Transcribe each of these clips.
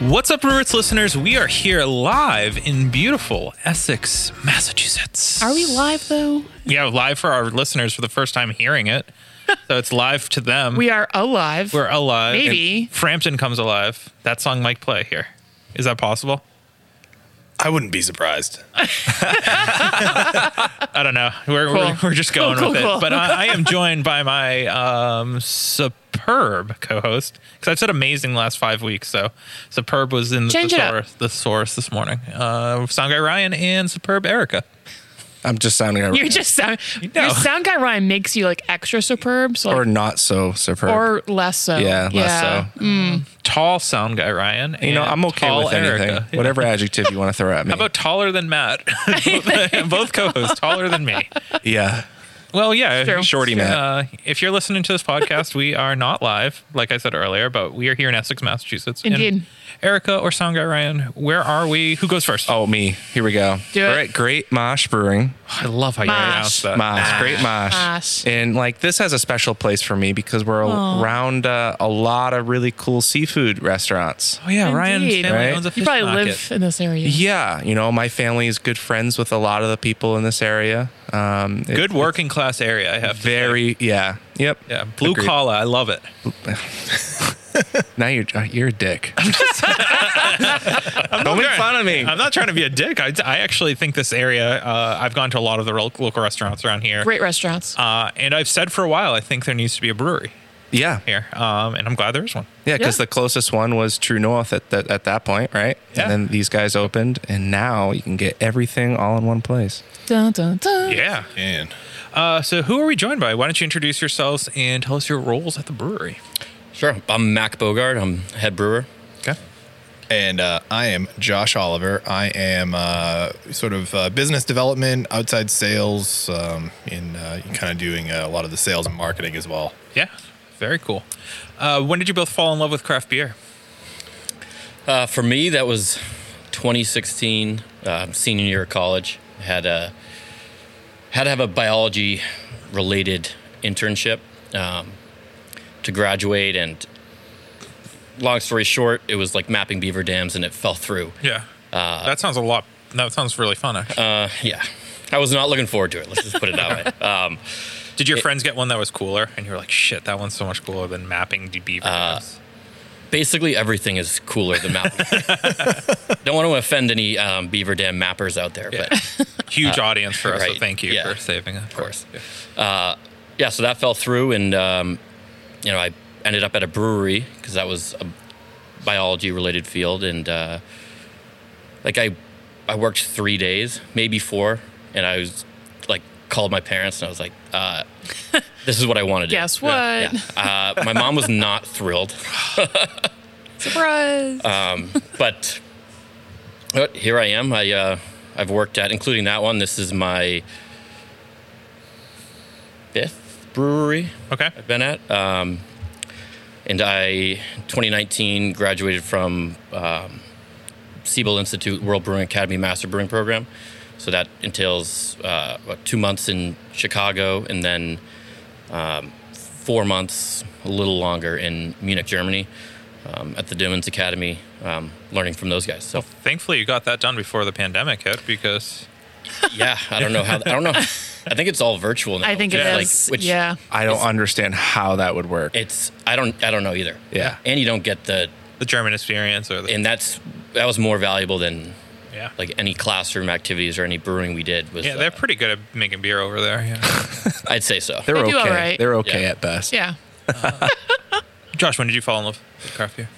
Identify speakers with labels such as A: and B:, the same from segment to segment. A: What's up, Ruritz listeners? We are here live in beautiful Essex, Massachusetts.
B: Are we live though?
A: Yeah, live for our listeners for the first time hearing it. so it's live to them.
B: We are alive.
A: We're alive.
B: Maybe.
A: And Frampton comes alive. That song might play here. Is that possible?
C: I wouldn't be surprised.
A: I don't know. We're, we're,
B: Cool.
A: we're just going
B: Cool,
A: with
B: cool,
A: it.
B: cool.
A: But I, I am joined by my um, superb co host because I've said amazing the last five weeks. So superb was in the
B: Change it up.
A: source, the source this morning. Uh, sound guy Ryan and superb Erica.
C: I'm just sounding
B: You're just sound.
A: know.
B: Your sound guy Ryan makes you like extra superb, so
C: or
B: like,
C: not so superb.
B: or, less so.
C: yeah, less
B: Uh,
C: so.
B: mm.
A: Tall sound guy Ryan.
C: You know,
A: and
C: I'm okay
A: tall
C: with anything.
A: Erica. Yeah.
C: Whatever adjective you want to throw at me.
A: How about taller than Matt? Both- Both co hosts, taller than me.
C: yeah,
A: Well, yeah,
B: True.
C: shorty man.
A: Uh, if you're listening to this podcast, we are not live, like I said earlier, but we are here in Essex, Massachusetts. And
B: Indeed.
A: Erica or Sound Guy Ryan, where are we? Who goes first?
C: oh me. Here we go.
B: Do it.
C: We're at Great Mosh Brewing.
A: I love how you
B: Mosh.
A: pronounce that.
C: Mosh. Great Mosh.
B: Mosh.
C: And like this has a special place for me because we're around uh, a lot of really cool seafood restaurants.
A: Oh yeah, Ryan
B: Indeed.
A: family
C: Right?
A: owns a
B: You
A: fish
B: probably
A: market.
B: live in this area.
C: Yeah, you know, my family is good friends with a lot of the people in this area. Um, it-
A: Good working class area. I have to say.
C: Very, yeah, yep,
A: yeah, blue
C: Agreed.
A: collar. I love it.
C: Now you're uh, you're a dick. Don't make fun of me.
A: I'm not trying to be a dick. I, I actually think this area. Uh, I've gone to a lot of the ro- local restaurants around here,
B: Great restaurants.
A: uh, and I've said for a while I think there needs to be a brewery
C: Yeah,
A: here, um, and I'm glad there is one.
C: yeah, because
B: Yeah.
C: the closest one was True North at that at that point, right?
A: Yeah.
C: And then these guys opened, and now you can get everything all in one place.
B: dun, dun, dun.
A: Yeah.
D: And
A: Uh, so who are we joined by? Why don't you introduce yourselves and tell us your roles at the brewery?
E: Sure. I'm Mac Bogard. I'm head brewer.
A: Okay.
D: and uh, I am Josh Oliver. I am uh, sort of uh, business development, outside sales, um, in uh, kind of doing uh, a lot of the sales and marketing as well.
A: Yeah. Very cool. Uh, when did you both fall in love with craft beer?
E: Uh, for me, that was 2016, uh, senior year of college. Had a had to have a biology related internship um, to graduate, and long story short, it was like mapping beaver dams, and it fell through.
A: Yeah.
E: Uh,
A: that sounds a lot. That sounds really fun. Actually.
E: Yeah, I was not looking forward to it. Let's just put it that way. Um,
A: did your friends get one that was cooler? And you were like, shit, that one's so much cooler than mapping the beaver.
E: Uh,
A: dams."
E: basically, everything is cooler than mapping. Don't want to offend any um, beaver dam mappers out there, but.
A: Huge audience for us. So
E: uh, right,
A: thank you
E: yeah.
A: for saving it. Of
E: course. yeah, so that fell through, and um, you know, I ended up at a brewery because that was a biology-related field, and uh, like I, I worked three days, maybe four, and I was like called my parents, and I was like, uh, "This is what I want to do."
B: Guess what?
E: Yeah. Uh, my mom was not thrilled,
B: Surprise.
E: but but here I am. I uh, I've worked at, including that one. This is my fifth brewery.
A: Okay.
E: I've been at. Um, and I, 2019, graduated from um, Siebel Institute World Brewing Academy Master Brewing Program. So that entails uh, about two months in Chicago and then um, four months, a little longer, in Munich, Germany, um, at the Demons Academy, um, learning from those guys. So
A: Well, thankfully, you got that done before the pandemic hit because
E: yeah, I don't know how. I don't know. I think it's all virtual now.
B: I think it
E: which
B: is.
E: is, which-
B: yeah.
C: I don't understand how that would work.
E: It's I don't I don't know either.
C: Yeah.
E: and you don't get the
A: the German experience or the.
E: and that's that was more valuable than
A: yeah.
E: like any classroom activities or any brewing we did was
A: yeah, they're
E: uh,
A: pretty good at making beer over there. Yeah.
E: i'd say so
C: They're
B: They
C: okay.
B: do all right.
C: They're okay
E: Yeah.
C: at best.
B: Yeah.
A: Josh, when did you fall in love with craft beer?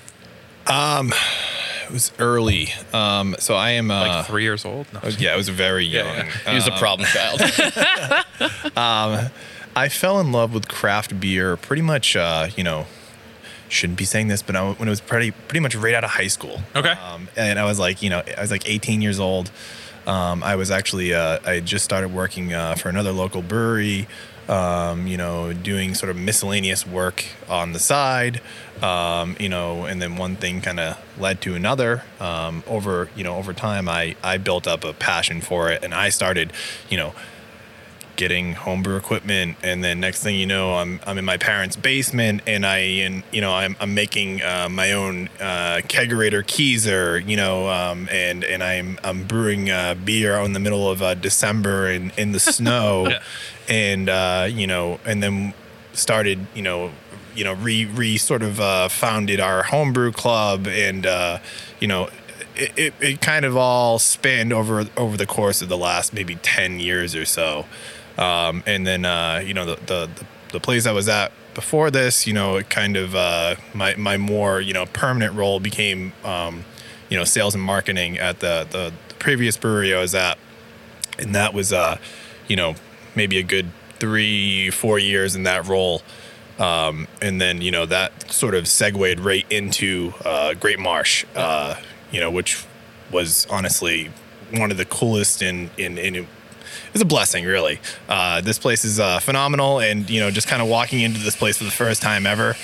D: It was early, um, so I am. Uh,
A: Like three years old? No.
D: yeah, I was very young.
A: yeah.
E: he was a problem child
D: I fell in love with craft beer pretty much, uh, you know, shouldn't be saying this, but I, when it was pretty pretty much right out of high school.
A: Okay.
D: Um, and I was like, you know, I was like 18 years old. Um, I was actually uh, I had just started working uh, for another local brewery. Um, you know, doing sort of miscellaneous work on the side. Um, you know, and then one thing kind of led to another. Um, over you know over time, I I built up a passion for it, and I started, you know getting homebrew equipment, and then next thing you know, I'm I'm in my parents' basement, and I and you know I'm I'm making uh, my own uh, kegerator keyser, you know, um, and and I'm I'm brewing uh, beer out in the middle of uh, December in in the snow,
A: Yeah.
D: and uh, you know, and then started you know you know re re sort of uh, founded our homebrew club and uh, you know it, it, it kind of all spanned over over the course of the last maybe 10 years or so um, and then uh, you know the, the the- the place I was at before this you know it kind of uh, my my more you know permanent role became um, you know sales and marketing at the the, the previous brewery I was at and that was uh you know maybe a good three four years in that role um and then you know that sort of segued right into uh great marsh uh you know which was honestly one of the coolest and in in it was a blessing really uh this place is uh phenomenal and you know just kind of walking into this place for the first time ever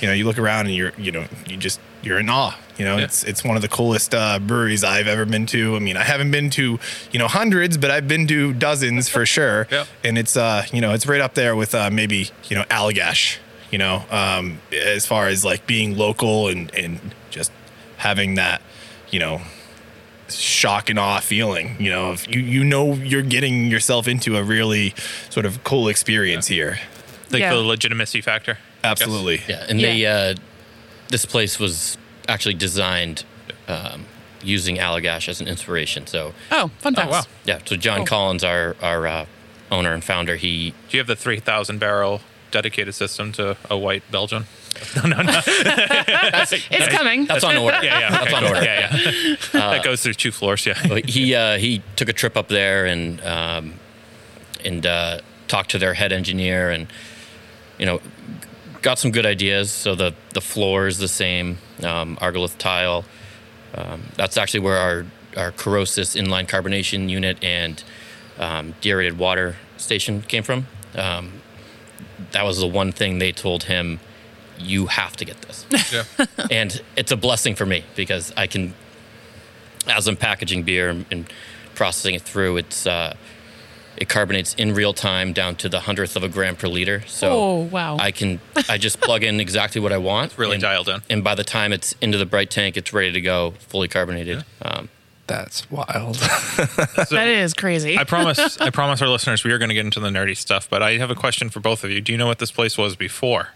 D: you know you look around and you're you know you just you're in awe you know
A: Yeah.
D: it's it's one of the coolest uh, breweries I've ever been to. I mean, I haven't been to you know hundreds, but I've been to dozens for sure.
A: Yeah.
D: And it's uh you know it's right up there with uh, maybe you know Allagash. You know, um, as far as like being local and and just having that you know shock and awe feeling. You know, if you you know you're getting yourself into a really sort of cool experience here.
A: Like
B: Yeah.
A: the legitimacy factor. I guess.
D: Absolutely.
E: Yeah, and
B: Yeah.
E: they uh, this place was actually designed um, using Allagash as an inspiration. So
B: Oh, fun
A: Oh,
B: facts.
A: wow.
E: yeah, so John
B: Oh.
E: Collins, our our uh, owner and founder, he
A: Do you have the 3,000 barrel dedicated system to a white Belgian? No, no, no.
B: It's coming.
E: that's on order.
A: Yeah, yeah.
E: that's
A: okay,
E: on
A: cool.
E: order.
A: Yeah, yeah. that goes through two floors. Yeah.
E: But he uh, he took a trip up there and um, and uh, talked to their head engineer and you know got some good ideas. So the the floor is the same um, Argolith tile. Um, that's actually where our our Corosis inline carbonation unit and um, deaerated water station came from. Um, that was the one thing they told him, you have to get this
A: yeah.
E: and it's a blessing for me because I can, as I'm packaging beer and, and processing it through, it's uh, it carbonates in real time down to the hundredth of a gram per liter. So
B: Oh, wow.
E: I can I just plug in exactly what I want.
A: really
E: and,
A: dialed in.
E: And by the time it's into the bright tank, it's ready to go, fully carbonated. Um,
C: That's wild.
B: that is crazy.
A: I promise. I promise our listeners we are going to get into the nerdy stuff. But I have a question for both of you. Do you know what this place was before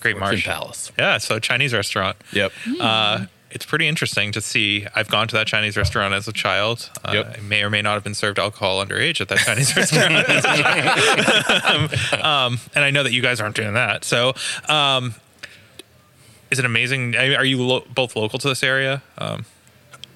A: Great
E: Fortune
A: Marsh?
E: Palace.
A: Yeah, so Chinese restaurant.
D: Yep.
A: Uh, it's pretty interesting to see. I've gone to that Chinese restaurant as a child. Uh,
D: Yep.
A: I may or may not have been served alcohol underage at that Chinese restaurant. as a child. um, and I know that you guys aren't doing that. So, um, is it amazing? I- Are you lo- both local to this area? Um,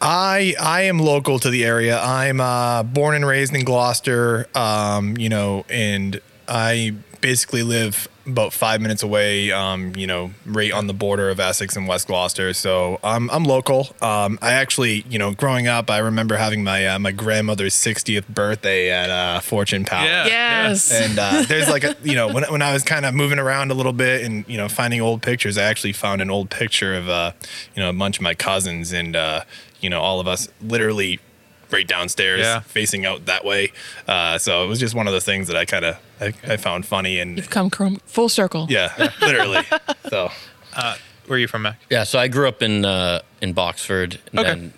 D: I I am local to the area. I'm uh, born and raised in Gloucester. Um, you know, and I basically live about five minutes away. Um, you know, right on the border of Essex and West Gloucester. So I'm I'm local. Um, I actually, you know, growing up, I remember having my uh, my grandmother's 60th birthday at uh, Fortune Palace.
A: Yeah.
B: yes.
D: And uh, there's like a, you know, when, when I was kind of moving around a little bit and, you know, finding old pictures, I actually found an old picture of, uh, you know, a bunch of my cousins and, uh, you know, all of us literally right downstairs
A: Yeah.
D: facing out that way. Uh, so it was just one of those things that I kind of, I, I found funny and
B: You've come crom- full circle.
D: yeah, literally. So
A: Where are you from, Mac?
E: Yeah, so I grew up in uh, in Boxford. And
A: Okay.
E: Then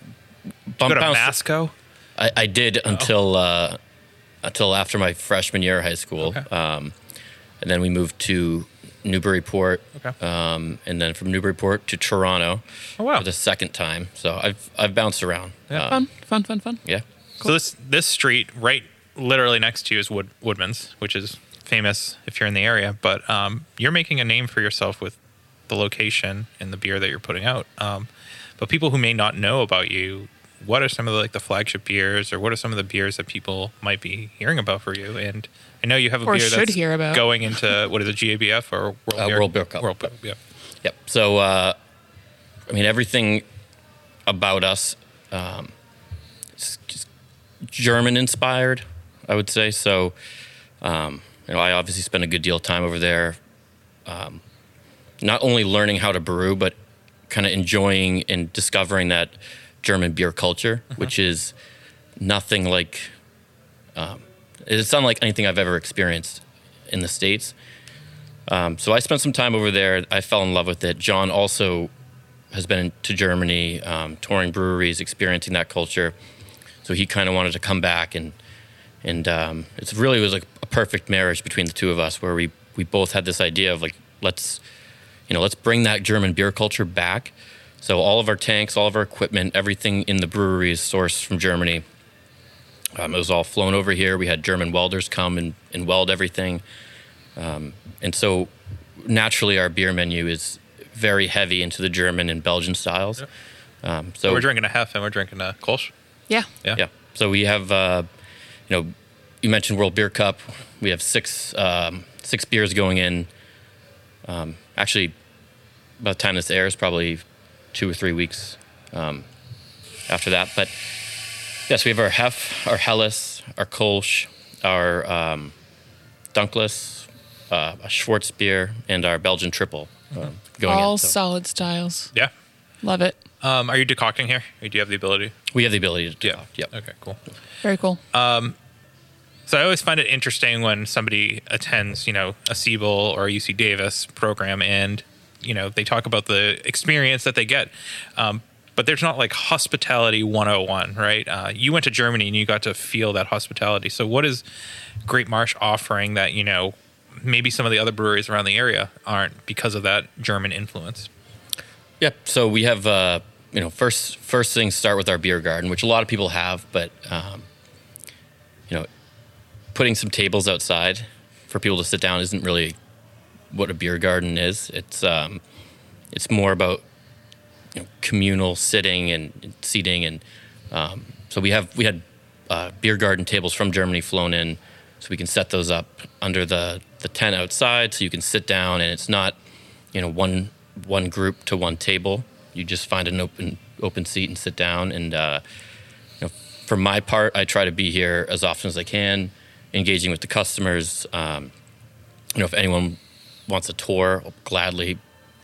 A: Go
E: bump
A: to Oh.
E: bounced-
A: Masco.
E: I, I did until uh, until after my freshman year of high school,
A: Okay.
E: um, and then we moved to Newburyport,
A: Okay.
E: um, and then from Newburyport to Toronto
A: Oh, wow.
E: for the second time. So I've I've bounced around.
A: Yeah.
E: Um,
B: Fun, fun, fun, fun.
E: yeah.
A: So this this street right literally next to you is Wood, Woodman's, which is famous if you're in the area. But um, you're making a name for yourself with the location and the beer that you're putting out. Um, but people who may not know about you, what are some of the, like the flagship beers, or what are some of the beers that people might be hearing about for you? And I know you have a
B: Or
A: beer
B: should
A: that's
B: hear about.
A: going into what is it, GABF or World
E: Uh,
A: Beer?
E: World Beer Cup.
A: World Beer, yeah.
E: Yep. So, uh, I mean, everything about us um, is just German inspired, I would say. So, um, you know, I obviously spent a good deal of time over there, um, not only learning how to brew, but kind of enjoying and discovering that German beer culture, which is nothing like It's unlike anything I've ever experienced in the States. Um, so I spent some time over there. I fell in love with it. John also has been to Germany, um, touring breweries, experiencing that culture. So he kind of wanted to come back, and and um, it really was like a perfect marriage between the two of us, where we we both had this idea of like let's you know let's bring that German beer culture back. So all of our tanks, all of our equipment, everything in the brewery is sourced from Germany. Um, it was all flown over here. We had German welders come and, and weld everything. Um, and so naturally, our beer menu is very heavy into the German and Belgian styles. Um, so
A: We're drinking a Hef and we're drinking a Kolsch.
B: Yeah.
A: Yeah.
E: yeah. So we have, uh, you know, you mentioned World Beer Cup. We have six um, six beers going in. Um, actually, by the time this airs, probably two or three weeks um, after that. But yes, we have our Hef, our Helles, our Kolsch, our um, Dunkless, uh, a Schwartz beer, and our Belgian Triple um, going
B: All
E: in. So
B: solid styles.
A: Yeah.
B: Love it.
A: Um, are you decocting here? Or do you have the ability?
E: we have the ability to. Yep.
A: Okay, cool.
B: Very cool.
A: So I always find it interesting when somebody attends, you know, a Siebel or a UC Davis program, and you know they talk about the experience that they get. Um, but there's not like hospitality 101, right? Uh, you went to Germany and you got to feel that hospitality. So what is Great Marsh offering that you know maybe some of the other breweries around the area aren't because of that German influence?
E: Yep. So we have, uh, you know, first first things start with our beer garden, which a lot of people have, but um, you know, putting some tables outside for people to sit down isn't really what a beer garden is. It's um, it's more about you know, communal sitting and seating, and um, so we have we had uh, beer garden tables from Germany flown in, so we can set those up under the the tent outside, so you can sit down, and it's not you know one one group to one table. You just find an open open seat and sit down. And uh, you know, for my part, I try to be here as often as I can, engaging with the customers. Um, you know, if anyone wants a tour, I'll gladly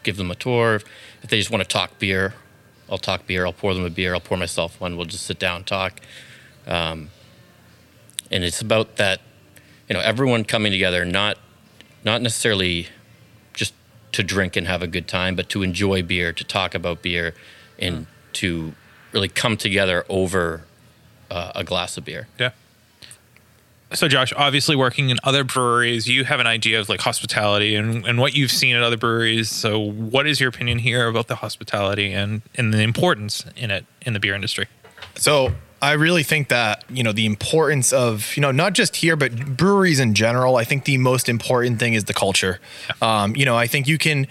E: give them a tour. If they just want to talk beer, I'll talk beer. I'll pour them a beer. I'll pour myself one. We'll just sit down and talk. Um, and it's about that, you know, everyone coming together, not not necessarily just to drink and have a good time, but to enjoy beer, to talk about beer, and to really come together over uh, a glass of beer.
A: Yeah. So, Josh, obviously working in other breweries, you have an idea of like hospitality and, and what you've seen at other breweries. So, what is your opinion here about the hospitality and, and the importance in it in the beer industry?
D: So I really think that, you know, the importance of, you know, not just here, but breweries in general, I think the most important thing is the culture. Um, you know, I think you can,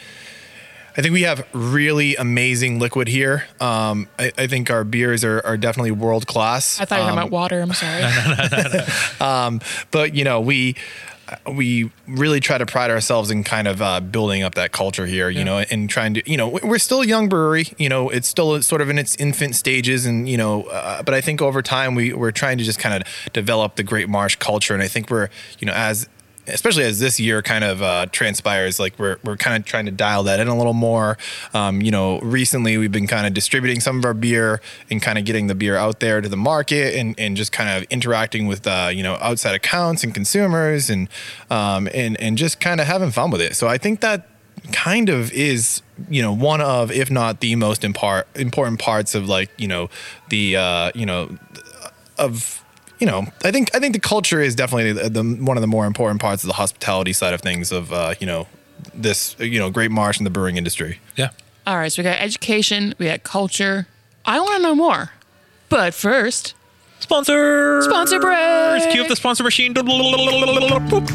D: I think we have really amazing liquid here. Um, I, I think our beers are, are definitely Um, world class.
B: I thought you were talking about water. I'm sorry.
D: Um, but you know we we really try to pride ourselves in kind of uh, building up that culture here you know and trying to you know we're still a young brewery you know it's still sort of in its infant stages and you know uh, but i think over time we we're trying to just kind of develop the great marsh culture and i think we're you know as especially as this year kind of uh, transpires, like we're, we're kind of trying to dial that in a little more. Um, you know, recently we've been kind of distributing some of our beer and kind of getting the beer out there to the market and, and just kind of interacting with, uh, you know, outside accounts and consumers and, um, and, and just kind of having fun with it. So I think that kind of is you know one of if not the most impar- important parts of like you know the uh you know of you know i think i think the culture is definitely the, the one of the more important parts of the hospitality side of things of uh, you know this you know great marsh and the brewing industry
A: Yeah.
B: All right. So we got education. We got culture. I want to know more. But first,
A: Sponsor.
B: Sponsor break!
A: Cue up the sponsor machine. Boop.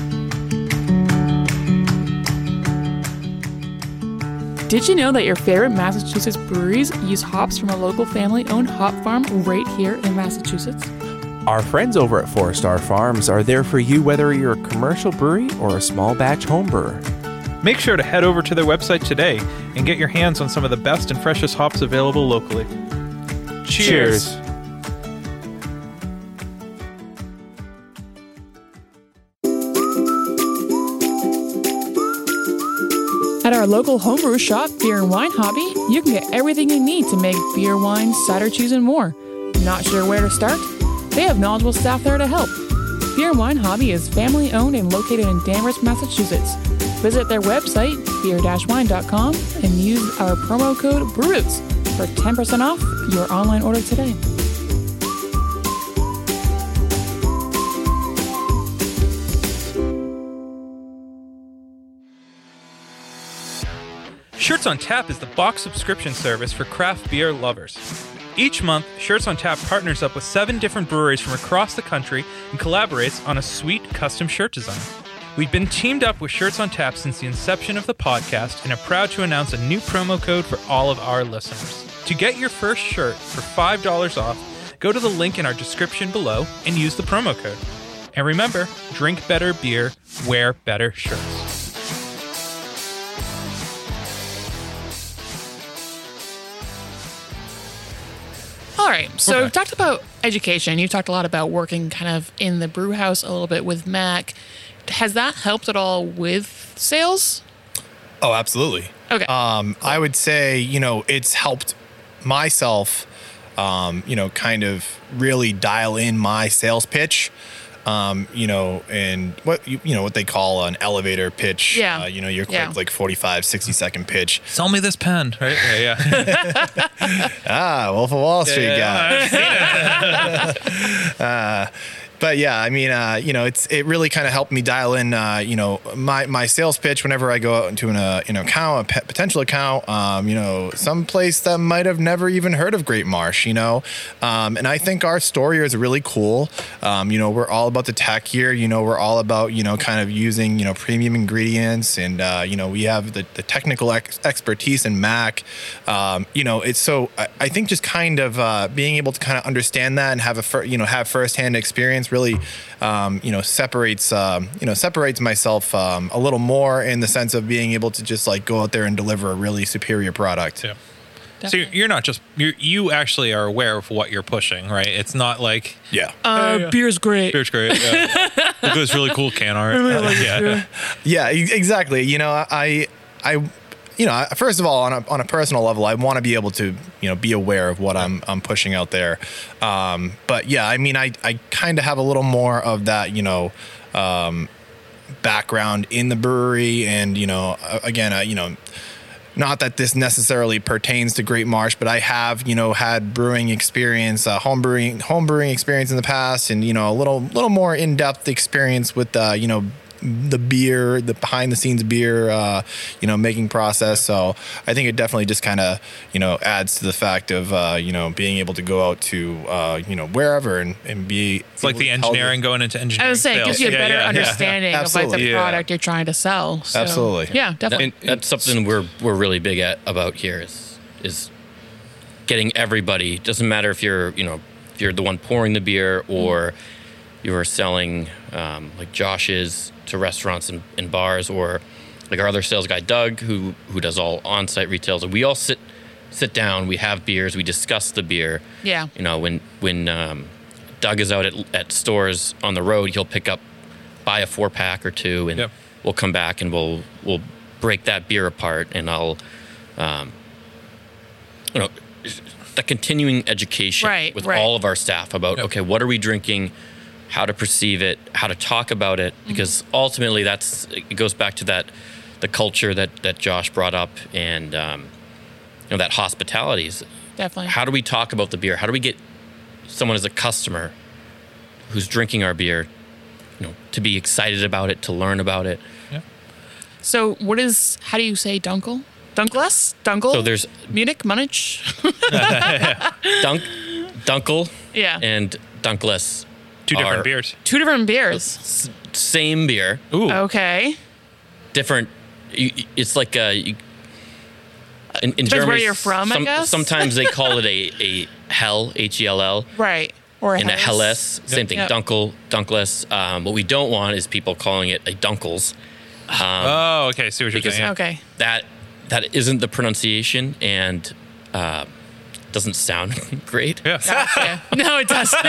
B: Did you know that your favorite Massachusetts breweries use hops from a local family owned hop farm right here in Massachusetts?
F: Our friends over at Four Star Farms are there for you whether you're a commercial brewery or a small batch home brewer.
G: Make sure to head over to their website today and get your hands on some of the best and freshest hops available locally.
F: Cheers.
B: At our local homebrew shop, Beer and Wine Hobby, you can get everything you need to make beer, wine, cider, cheese, and more. Not sure where to start? They have knowledgeable staff there to help. Beer and Wine Hobby is family owned and located in Danvers, Massachusetts. Visit their website, beer wine.com, and use our promo code BRUTES for 10% off your online order today.
A: Shirts on Tap is the box subscription service for craft beer lovers. Each month, Shirts on Tap partners up with seven different breweries from across the country and collaborates on a sweet custom shirt design. We've been teamed up with Shirts on Tap since the inception of the podcast and are proud to announce a new promo code for all of our listeners. To get your first shirt for $5 off, go to the link in our description below and use the promo code. And remember, drink better beer, wear better shirts.
B: All right. So
A: Okay.
B: we've talked about education. You've talked a lot about working kind of in the brew house a little bit with Mac. Has that helped at all with sales?
D: Oh, absolutely.
B: Okay.
D: Um, I would say, you know, it's helped myself, um, you know, kind of really dial in my sales pitch. Um, you know, and what you, you know what they call an elevator pitch.
B: Yeah.
D: Uh, you know, your quick
B: Yeah.
D: like 45, 60 second pitch.
A: Sell me this pen, right? Yeah, yeah.
D: Ah, Wolf of Wall Street guy. Uh, but yeah, I mean, uh, you know, it's it really kind of helped me dial in, uh, you know, my my sales pitch whenever I go out into an uh, an account, a pe- potential account, um, you know, some place that might have never even heard of Great Marsh, you know, um, and I think our story is really cool. Um, you know, we're all about the tech here. You know, we're all about you know kind of using you know premium ingredients, and uh, you know we have the, the technical ex- expertise in Mac. Um, you know, it's so I, I think just kind of uh, being able to kind of understand that and have a fir- you know have firsthand experience really um, you know separates um, you know separates myself um, a little more in the sense of being able to just like go out there and deliver a really superior product.
A: Yeah. So you're- you're not just you. You actually are aware of what you're pushing, right? It's not like uh,
D: Yeah.
B: uh, Beer's great.
A: beer's great. Yeah. Look at this really cool can art. yeah.
D: Yeah, e- exactly. You know, I, I, you know, I- first of all, on a, on a personal level, I want to be able to, you know, be aware of what I'm, I'm pushing out there. Um, but yeah, I mean, I, I kind of have a little more of that, you know, um, background in the brewery and, you know, a- again, I, you know, not that this necessarily pertains to Great Marsh, but I have, you know, had brewing experience, uh, home brewing, home brewing experience in the past, and you know, a little, little more in depth experience with, uh, you know, the beer, the behind the scenes beer, uh, you know, making process. So I think it definitely just kind of, you know, adds to the fact of, uh, you know, being able to go out to, uh, you know, wherever and, and be.
A: It's like the engineering going into engineering.
B: I was saying, it gives you a
A: sales. Yeah,
B: better
A: yeah, yeah.
B: understanding of like the
D: Absolutely.
C: Yeah.
B: product you're trying to sell. So,
D: Absolutely.
B: Yeah,
E: That-
B: definitely.
E: that's something we're we're really big at about here is is getting everybody. Doesn't matter if you're you know if you're the one pouring the beer or you are selling um, like Josh is to restaurants and, and bars or like our other sales guy Doug who who does all on-site retails. We all sit sit down. We have beers. We discuss the beer.
B: Yeah.
E: You know when when um, Doug is out at at stores on the road, he'll pick up buy a four pack or two and
A: Yep.
E: we'll come back and we'll we'll break that beer apart and I'll um, you know the continuing education
B: Right,
E: with
B: right.
E: all of our staff about
A: Yep.
E: okay what are we drinking how to perceive it how to talk about it
B: Mm-hmm.
E: because ultimately that's it goes back to that the culture that that Josh brought up and um, you know that hospitality is
B: definitely.
E: how do we talk about the beer? How do we get someone as a customer who's drinking our beer, you know, to be excited about it, to learn about it?
B: so, what is, how do you say Dunkel? Dunkless? Dunkel?
E: So there's
B: Munich, Munich.
E: Dunk, Dunkel,
B: Yeah.
E: and Dunkless,
A: Two different
E: Are-
A: beers.
B: Two different beers.
E: same beer,
A: Ooh.
B: Oh. Okay.
E: different. You, you- it's like a. You, in, in
B: where
E: Germany,
B: you're from, I
E: some-
B: guess.
E: sometimes they call it a a hell, H E L L.
B: Right. Or
E: and a helles. Same thing,
B: Yep.
E: dunkel, dunkless. Um, what we don't want is people calling it a dunkles.
A: Oh, okay. I See what you're
E: Because-
A: saying. Yeah.
B: Okay.
E: that that isn't the pronunciation and uh, doesn't sound great.
A: Yeah.
B: Yeah. No, it doesn't.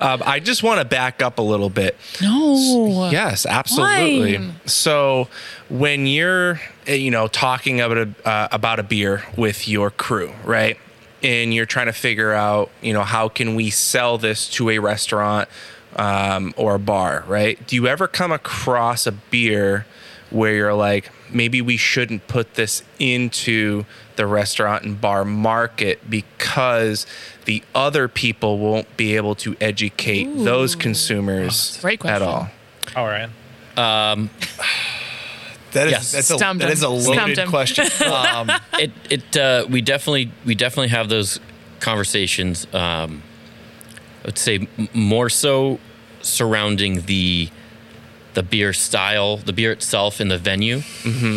C: Um, I just want to back up a little bit.
B: no.
C: Yes, absolutely.
B: Wine.
C: So when you're, eh, you know, talking about a, uh, about a beer with your crew, right? And you're trying to figure out, you know, how can we sell this to a restaurant um, or a bar, right? Do you ever come across a beer where you're like, maybe we shouldn't put this into the restaurant and bar market because the other people won't be able to educate those consumers
B: a great
C: at
B: question.
C: all?
A: All right.
D: That is
E: Yes.
D: that's a
B: Stumped
D: that
B: him.
D: is a
B: Stumped
D: loaded
B: him.
D: question. Um,
E: it it uh, we definitely we definitely have those conversations. Um, I'd say m- more so surrounding the the beer style, the beer itself, and the venue. I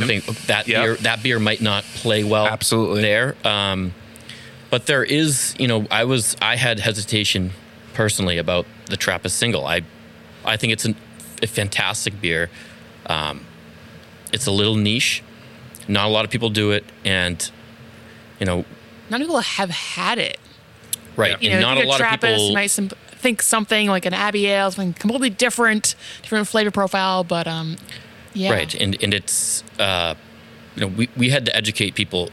E: think that
C: Yep.
E: beer that beer might not play
B: Oh,
E: well
C: Absolutely.
E: there. Um, but there is, you know, I was I had hesitation personally about the Trappist single. I I think it's an, a fantastic beer. Um, it's a little niche. Not a lot of people do it, and you know,
B: None of people have had it.
E: right?
B: You
E: and
B: know,
E: not
B: think
E: a lot of
B: Trappist,
E: people.
B: Nice and think something like an Abbey Ale, something completely different, different flavor profile. But um, yeah,
E: Right, and and it's uh, you know we, we had to educate people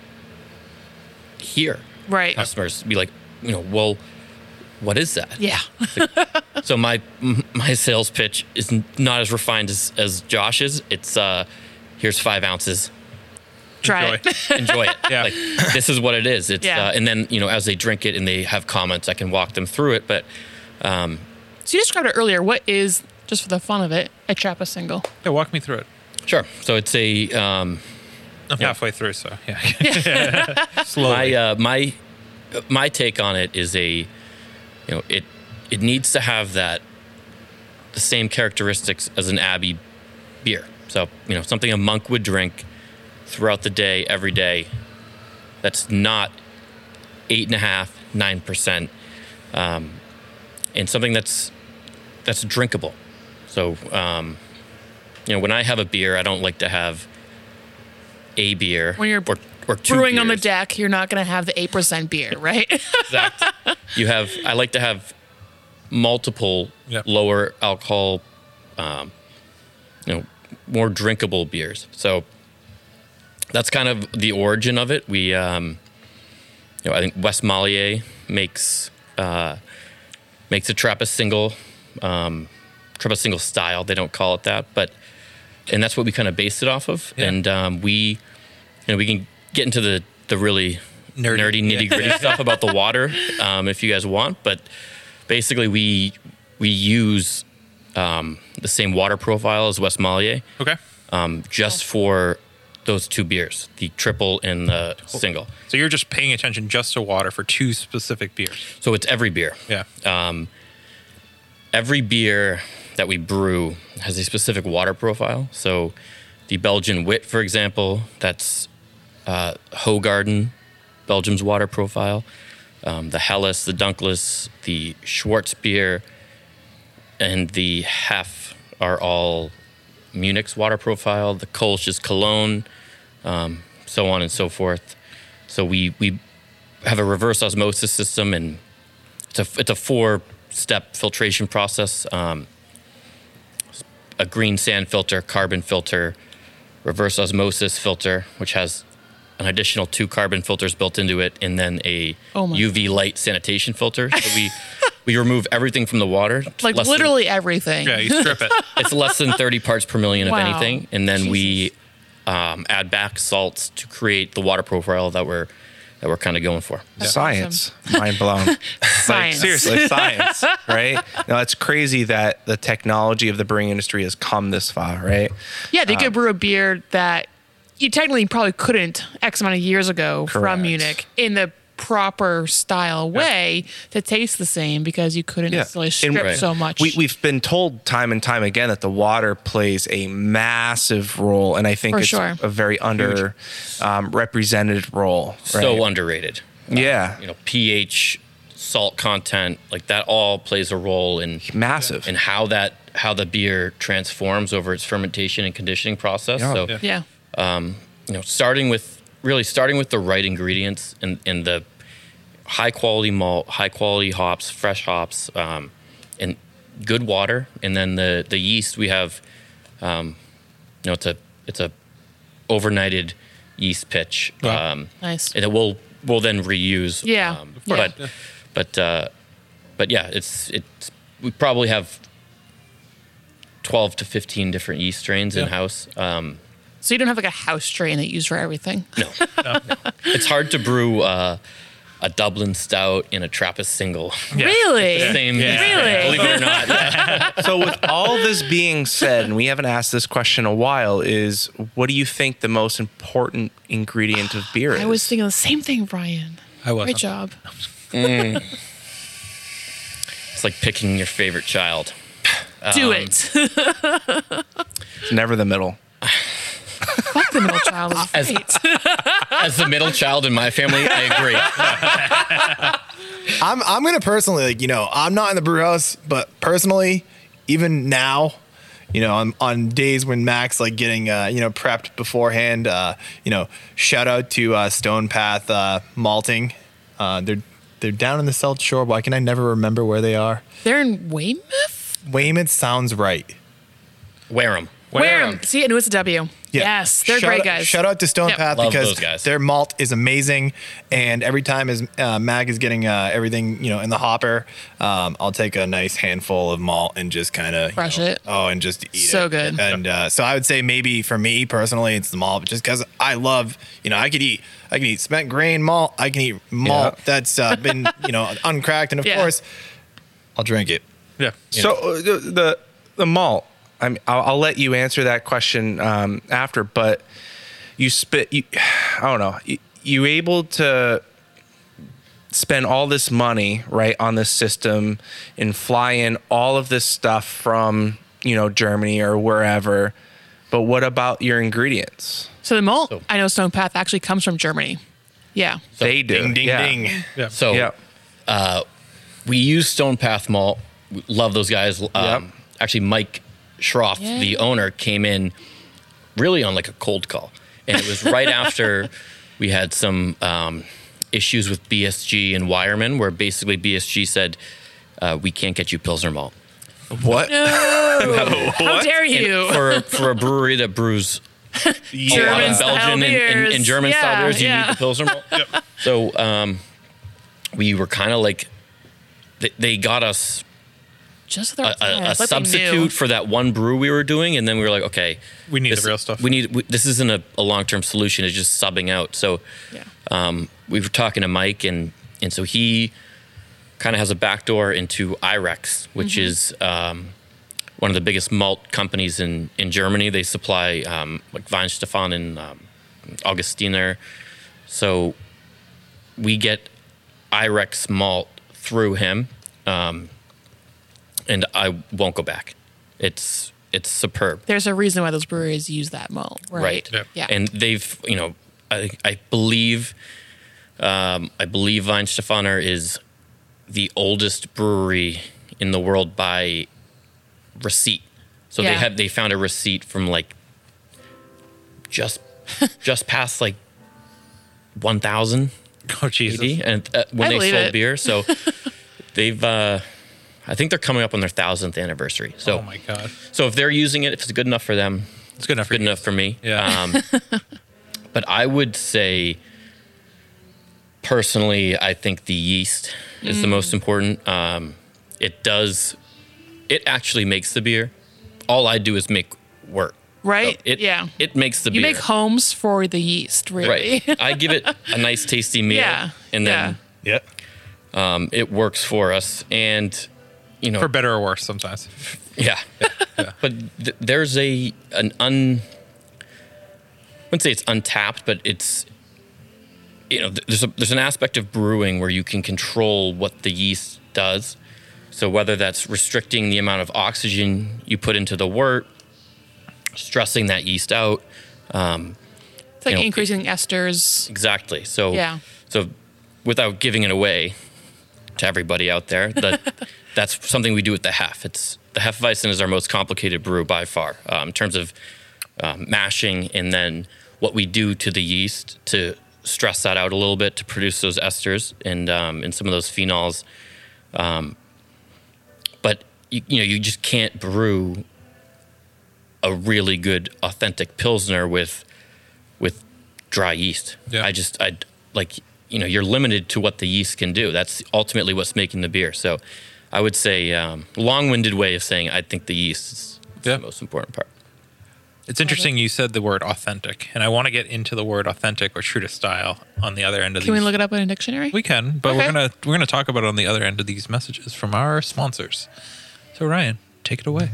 E: here,
B: right,
E: customers, be like, you know, well, what is that?
B: yeah.
E: So my m- my sales pitch is n- not as refined as as Josh's. It's uh, here's five ounces,
B: Try
A: Enjoy.
B: it.
E: enjoy it.
A: Yeah.
E: Like, this is what it is. It's
B: Yeah.
E: uh, and then you know as they drink it and they have comments, I can walk them through it. But
B: So you described it earlier. What is just for the fun of it a Trappist single?
A: Yeah, walk me through it.
E: sure, so it's a um,
A: I'm halfway through, so yeah. Slowly.
E: my uh, my my take on it is a you know it it needs to have that the same characteristics as an abbey beer so you know something a monk would drink throughout the day every day that's not eight and a half nine percent um, and something that's that's drinkable so um, you know when i have a beer i don't like to have a beer
B: When you're
E: or, or two
B: Brewing on the
E: beers
B: deck, you're not going to have the eight percent beer, right?
E: exact. you have. I like to have multiple
A: Yep.
E: lower alcohol, um, you know, more drinkable beers. So that's kind of the origin of it. We, um, you know, I think West Mollier makes uh, makes a Trappist single, um, Trappist single style. They don't call it that, but and that's what we kind of based it off of.
A: Yeah.
E: And um, we, you know, we can get into the the really
A: Nerdy.
E: nerdy, nitty gritty stuff about the water um, if you guys want. But basically, we we use um, the same water profile as West Mollier,
A: okay.
E: um, just for those two beers, the triple and the single.
A: So you're just paying attention just to water for two specific beers.
E: So it's every beer.
A: Yeah.
E: Um. every beer that we brew has a specific water profile. So, the Belgian Wit, for example, that's uh, Hogarden, Belgium's water profile. Um, the Helles, the Dunkless, the Schwartz beer, and the Hef are all Munich's water profile. The Kolsch is Cologne, um, so on and so forth. So we we have a reverse osmosis system and it's a it's a four step filtration process. Um, a green sand filter, carbon filter, reverse osmosis filter, which has an additional two carbon filters built into it, and then a
B: Oh my
E: UV light sanitation filter. So we we remove everything from the water. It's
B: like
E: less than-
B: literally everything.
A: yeah, you strip it.
E: it's less than thirty parts per million
B: Wow.
E: of anything, and then we um, add back salts to create the water profile that we're that we're kind of going for.
C: Science. Mind blown.
B: Science.
C: Like, seriously, science, right? Now it's crazy that the technology of the brewing industry has come this far, right?
B: Yeah, they
E: Um,
B: could brew a beer that you technically probably couldn't X amount of years ago
C: Correct.
B: from Munich in the proper style way that tastes the same because you couldn't
C: Yeah.
B: necessarily
C: And-
B: strip so much.
C: We, we've been told time and time again that the water plays a massive role, and I think
B: For
C: it's
B: sure.
C: a very under um, represented role. Right?
E: So underrated.
C: yeah,
E: you know pH, salt content, like that all plays a role in
C: massive.
E: in how that how the beer transforms over its fermentation and conditioning process.
C: Yeah.
E: So
A: Yeah.
B: yeah.
E: you know, starting with really starting with the right ingredients and and the high quality malt, high quality hops, fresh hops, um, and good water, and then the the yeast we have. Um, you know, it's a it's a overnighted yeast pitch.
A: Wow.
E: Um,
B: Nice.
E: and it Um, will will then reuse.
B: Yeah,
E: of
B: yeah.
E: course. But but uh, but yeah, it's it's we probably have 12 to 15 different yeast strains
D: Yeah.
E: in house. Um,
B: So you don't have like a house strain that you use for everything.
E: no. it's hard to brew uh, a Dublin stout in a Trappist single.
B: Really?
E: Same,
B: Really?
E: believe it or not. yeah.
C: so with all this being said, and we haven't asked this question in a while, is what do you think the most important ingredient of beer is?
B: I was thinking the same thing, Brian.
A: I was.
B: Great job.
E: It's like picking your favorite child. Um,
B: Do it.
C: It's never the middle.
B: Fuck the middle child. is
E: As-
B: great.
E: As the middle child in my family, I agree.
D: I'm I'm gonna personally like you know I'm not in the brew house, but personally, even now, you know on on days when Max like getting uh, you know prepped beforehand, uh, you know shout out to uh, Stone Path uh, Malting, uh, they're they're down in the South Shore. Why can I never remember where they are?
B: They're in Weymouth?
D: Weymouth sounds right.
E: Wear them.
B: Wareham. See, I knew it's a W.
D: Yeah.
B: Yes, they're
D: Shout
B: great
D: out-
B: guys.
D: Shout out to Stone
B: Yep.
D: Path
E: Love
D: because
E: those guys.
D: their malt is amazing, and every time as uh, Mag is getting uh, everything you know in the hopper, um, I'll take a nice handful of malt and just kind of
B: Crush it.
D: Oh, and just eat it.
B: So good.
D: And uh, so I would say maybe for me personally, it's the malt, just because I love you know I could eat I can eat spent grain malt, I can eat malt that's uh, been you know uncracked, and of
B: Yeah.
D: course I'll drink it.
A: Yeah.
C: So uh, the, the the malt. I mean, I'll, I'll let you answer that question um, after, but you spit. You, I don't know. You, you able to spend all this money right on this system and fly in all of this stuff from you know Germany or wherever, but what about your ingredients?
B: So the malt,
E: Oh.
B: I know Stone Path actually comes from Germany. Yeah.
C: they do.
D: Ding ding
C: yeah.
D: ding.
A: Yeah.
E: So
C: Yeah.
E: we use Stone Path Malt. We love those guys. Um,
C: Yep.
E: Actually, Mike Schroff,
B: Yeah.
E: the owner, came in really on like a cold call, and it was right after we had some um, issues with BSG and Wireman, where basically BSG said uh, we can't get you Pilsner malt.
C: What?
B: How dare
E: And
B: you?
E: for for a brewery that brews a lot
B: German
E: of
B: style
E: Belgian and, and, and
B: beers.
E: German
B: Yeah,
E: style beers. You
B: yeah.
E: need the Pilsner malt. So um, we were kind of like they, they got us
B: Just their
E: a, a- a
B: plans, like they knew.
E: substitute for that one brew we were doing, and then we were like, okay,
A: We need the
E: this-
A: real stuff.
E: We need we, this isn't a, a long term solution. It's just subbing out. So
B: Yeah.
E: um, we were talking to Mike, and and so he kind of has a backdoor into Irex, which is um, one of the biggest malt companies in in Germany. They supply um, like Weinstefan and um, Augustiner. So we get Irex malt through him, um, and I won't go back. It's it's superb.
B: There's a reason why those breweries use that malt, right?
E: Right.
A: Yeah.
B: Yeah.
E: And they've, you know, I, I believe, um, I believe Weinstefaner is the oldest brewery in the world by receipt. So they
B: Yeah.
E: have they found a receipt from like just just past like one thousand
A: Oh Jesus.
E: eighty, and uh, when
B: I
E: they
B: believe
E: sold
B: it.
E: beer, so they've. Uh, I think they're coming up on their thousandth anniversary. So,
A: Oh my god.
E: so if they're using it, if it's good enough for them,
A: It's good enough for
E: good
A: you.
E: enough for me.
A: Yeah.
E: Um, but I would say, personally, I think the yeast is the
B: Mm.
E: most important. Um, it does, it actually makes the beer. All I do is make work.
B: right?
E: It,
B: yeah.
E: It makes the
B: you
E: beer.
B: make homes for the yeast, really.
E: Right. I give it a nice, tasty meal.
B: Yeah,
E: And then
D: Yeah.
E: um, it works for us. And, you know,
A: For better or worse sometimes.
E: Yeah. But th- there's a an un I wouldn't say it's untapped, but it's you know, th- there's a, there's an aspect of brewing where you can control what the yeast does. So whether that's restricting the amount of oxygen you put into the wort, stressing that yeast out,
B: It's like
E: You know, Oh.
B: increasing esters.
E: Exactly. So
B: Yeah.
E: So without giving it away to everybody out there, that that's something we do with the hef. It's the hefeweizen is our most complicated brew by far um, in terms of um, mashing and then what we do to the yeast to stress that out a little bit to produce those esters and um, and some of those phenols. Um, but you, you know you just can't brew a really good authentic pilsner with with dry yeast.
A: Yeah.
E: I just I like you know you're limited to what the yeast can do. That's ultimately what's making the beer. So I would say um, long-winded way of saying I think the yeast is the
A: Yeah.
E: the most important part.
A: It's interesting you said the word authentic, and I want to get into the word authentic or true to style on the other end of
B: Can we
A: these.
B: look it up in a dictionary?
A: We can, but we're
B: Okay.
A: gonna we're gonna talk about it on the other end of these messages from our sponsors. So Ryan, take it away.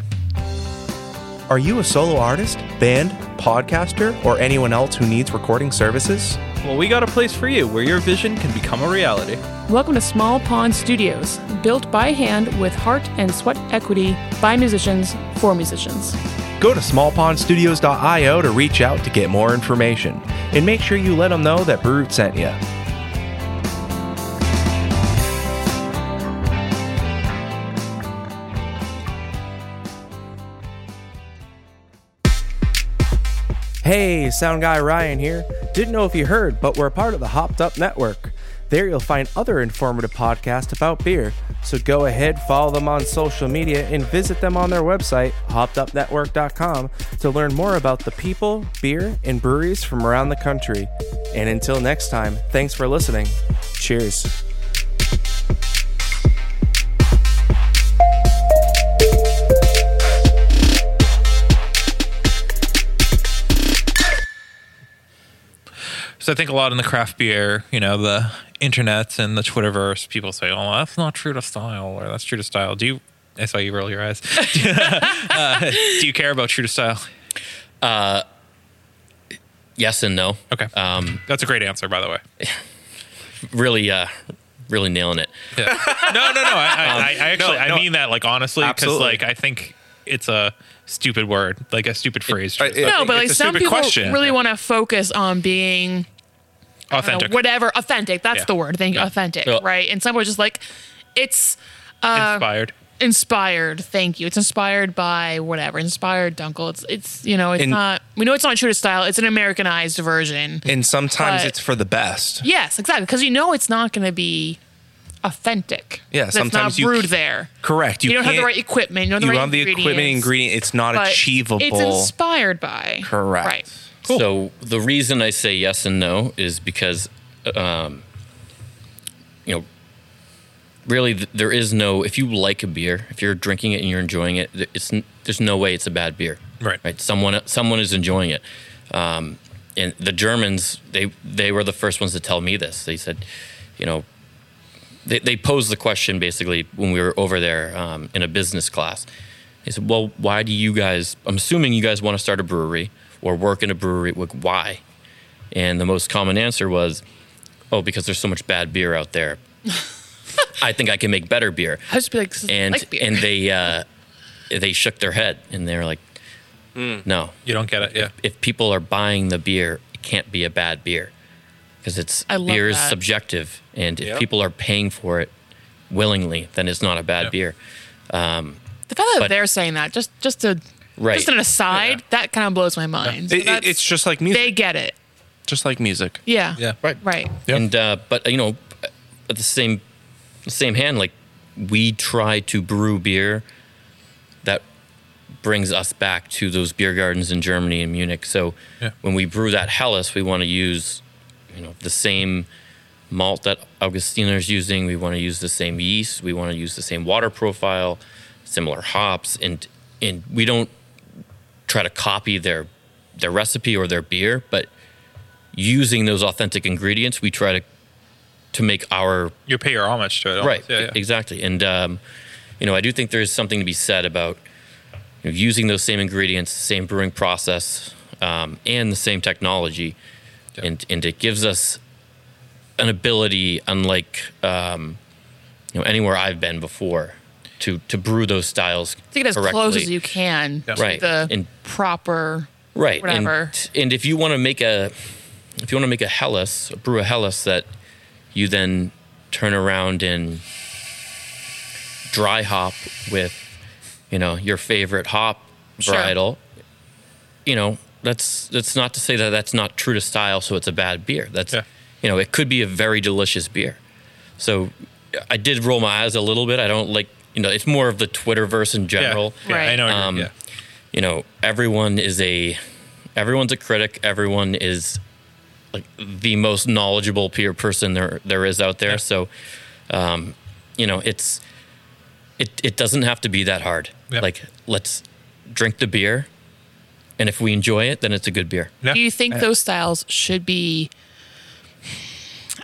F: Are you a solo artist, band, podcaster, or anyone else who needs recording services?
G: Well, we got a place for you where your vision can become a reality.
B: Welcome to Small Pond Studios, built by hand with heart and sweat equity by musicians for musicians.
F: Go to smallpondstudios.io to reach out to get more information and make sure you let them know that Brute sent you. Hey, Sound Guy Ryan here. Didn't know if you heard, but we're a part of the Hopped Up Network. There you'll find other informative podcasts about beer, so go ahead, follow them on social media, and visit them on their website, hoppedupnetwork.com, to learn more about the people, beer, and breweries from around the country. And until next time, thanks for listening. Cheers.
A: So I think a lot in the craft beer, you know, the internet and the Twitterverse, people say, "Oh, that's not true to style," or "That's true to style." Do you? I saw you roll your eyes. Uh, do you care about true to style?
E: Yes and no.
A: Okay,
E: Um,
A: that's a great answer, by the way.
E: really, uh, really nailing it.
A: Yeah. no, no, no. I, I, I actually, I
C: no.
A: mean that like honestly, because
C: Absolutely.
A: like I think it's a stupid word, like a stupid phrase.
C: I- Uh, it-
B: No, but like
C: it's a
B: some
C: stupid
B: people
C: question.
B: really want to focus on being I don't know,
A: authentic.
B: whatever authentic. That's
A: Yeah.
B: the word. Think authentic,
E: Yeah.
B: right? And some are just like, it's uh,
A: inspired.
B: inspired. Thank you. It's inspired by whatever. Inspired Dunkel. It's it's you know it's
C: And-
B: not. We know it's not true to style. It's an Americanized version.
C: And sometimes
B: But-
C: it's for the best.
B: yes, exactly. Because you know it's not going to be authentic.
C: Yeah,
B: That's
C: sometimes
B: not
C: you
B: brewed
C: c-
B: there.
C: Correct.
B: You, don't have the
C: can't-
B: right equipment. You don't have
C: You
B: the right
C: don't have the equipment
B: ingredients,
C: ingredient. It's not
B: but
C: achievable.
B: It's inspired by.
C: Correct.
B: Right.
E: So the reason I say yes and no is because, um, you know, really th- there is no. If you like a beer, if you're drinking it and you're enjoying it, th- it's n- there's no way it's a bad beer.
A: Right.
E: Right. Someone someone is enjoying it. Um, and the Germans, they they were the first ones to tell me this. They said, you know, they, they posed the question basically when we were over there um, in a business class. They said, "Well, why do you guys? I'm assuming you guys want to start a brewery or work in a brewery. Like, why?" And the most common answer was, "Oh, because there's so much bad beer out there. I think I can make better beer."
B: I just be like, "This is
E: And
B: like beer."
E: and they uh, they shook their head and they were like,
B: Hmm.
E: "No,
A: You don't get it. Yeah.
E: if people are buying the beer, it can't be a bad beer because it's
B: I love
E: beer is
B: that.
E: subjective, and if
C: Yep.
E: people are paying for it willingly, then it's not a bad
A: Yeah.
E: beer.
B: The fact that
E: But-
B: they're saying that, just just to
E: Right.
B: just an aside, that kind of blows my mind. So
C: It- it-
B: that's-
C: it's just like music.
B: they get it.
C: just like music.
B: Yeah.
A: Yeah.
E: Right.
B: Right.
A: Yep.
E: And uh, but you know, at the same the same hand, like we try to brew beer that brings us back to those beer gardens in Germany and Munich. So
A: Yeah.
E: when we brew that Helles, we want to use you know the same malt that Augustiner's using. We want to use the same yeast. We want to use the same water profile, similar hops, and and we don't try to copy their their recipe or their beer, but using those authentic ingredients, we try to to make our
A: You pay your homage to it. almost.
E: right
A: Yeah, yeah.
E: exactly. And um, you know, I do think there is something to be said about you know, using those same ingredients, the same brewing process, um, and the same technology, and and it gives us an ability unlike um, you know anywhere I've been before to to brew those styles
B: To get as
E: correctly.
B: close as you can to
E: Right.
B: the
E: And-
B: proper
E: right
B: whatever.
E: and and if you want to make a if you want to make a hellas brew a hellas that you then turn around and dry hop with you know your favorite hop
B: Sure.
E: varietal you know that's that's not to say that that's not true to style so it's a bad beer that's
A: Yeah.
E: you know it could be a very delicious beer so i did roll my eyes a little bit i don't like you know it's more of the twitterverse in
A: Yeah.
E: general
A: Yeah, I
B: Right.
A: know. you're-
E: Um,
A: yeah.
E: you know, everyone is a everyone's a critic. Everyone is like the most knowledgeable peer person there there is out there. So, um, you know, it's it it doesn't have to be that hard.
A: Yeah.
E: Like let's drink the beer, and if we enjoy it, then it's a good beer.
A: Yeah.
B: Do you think those styles should be?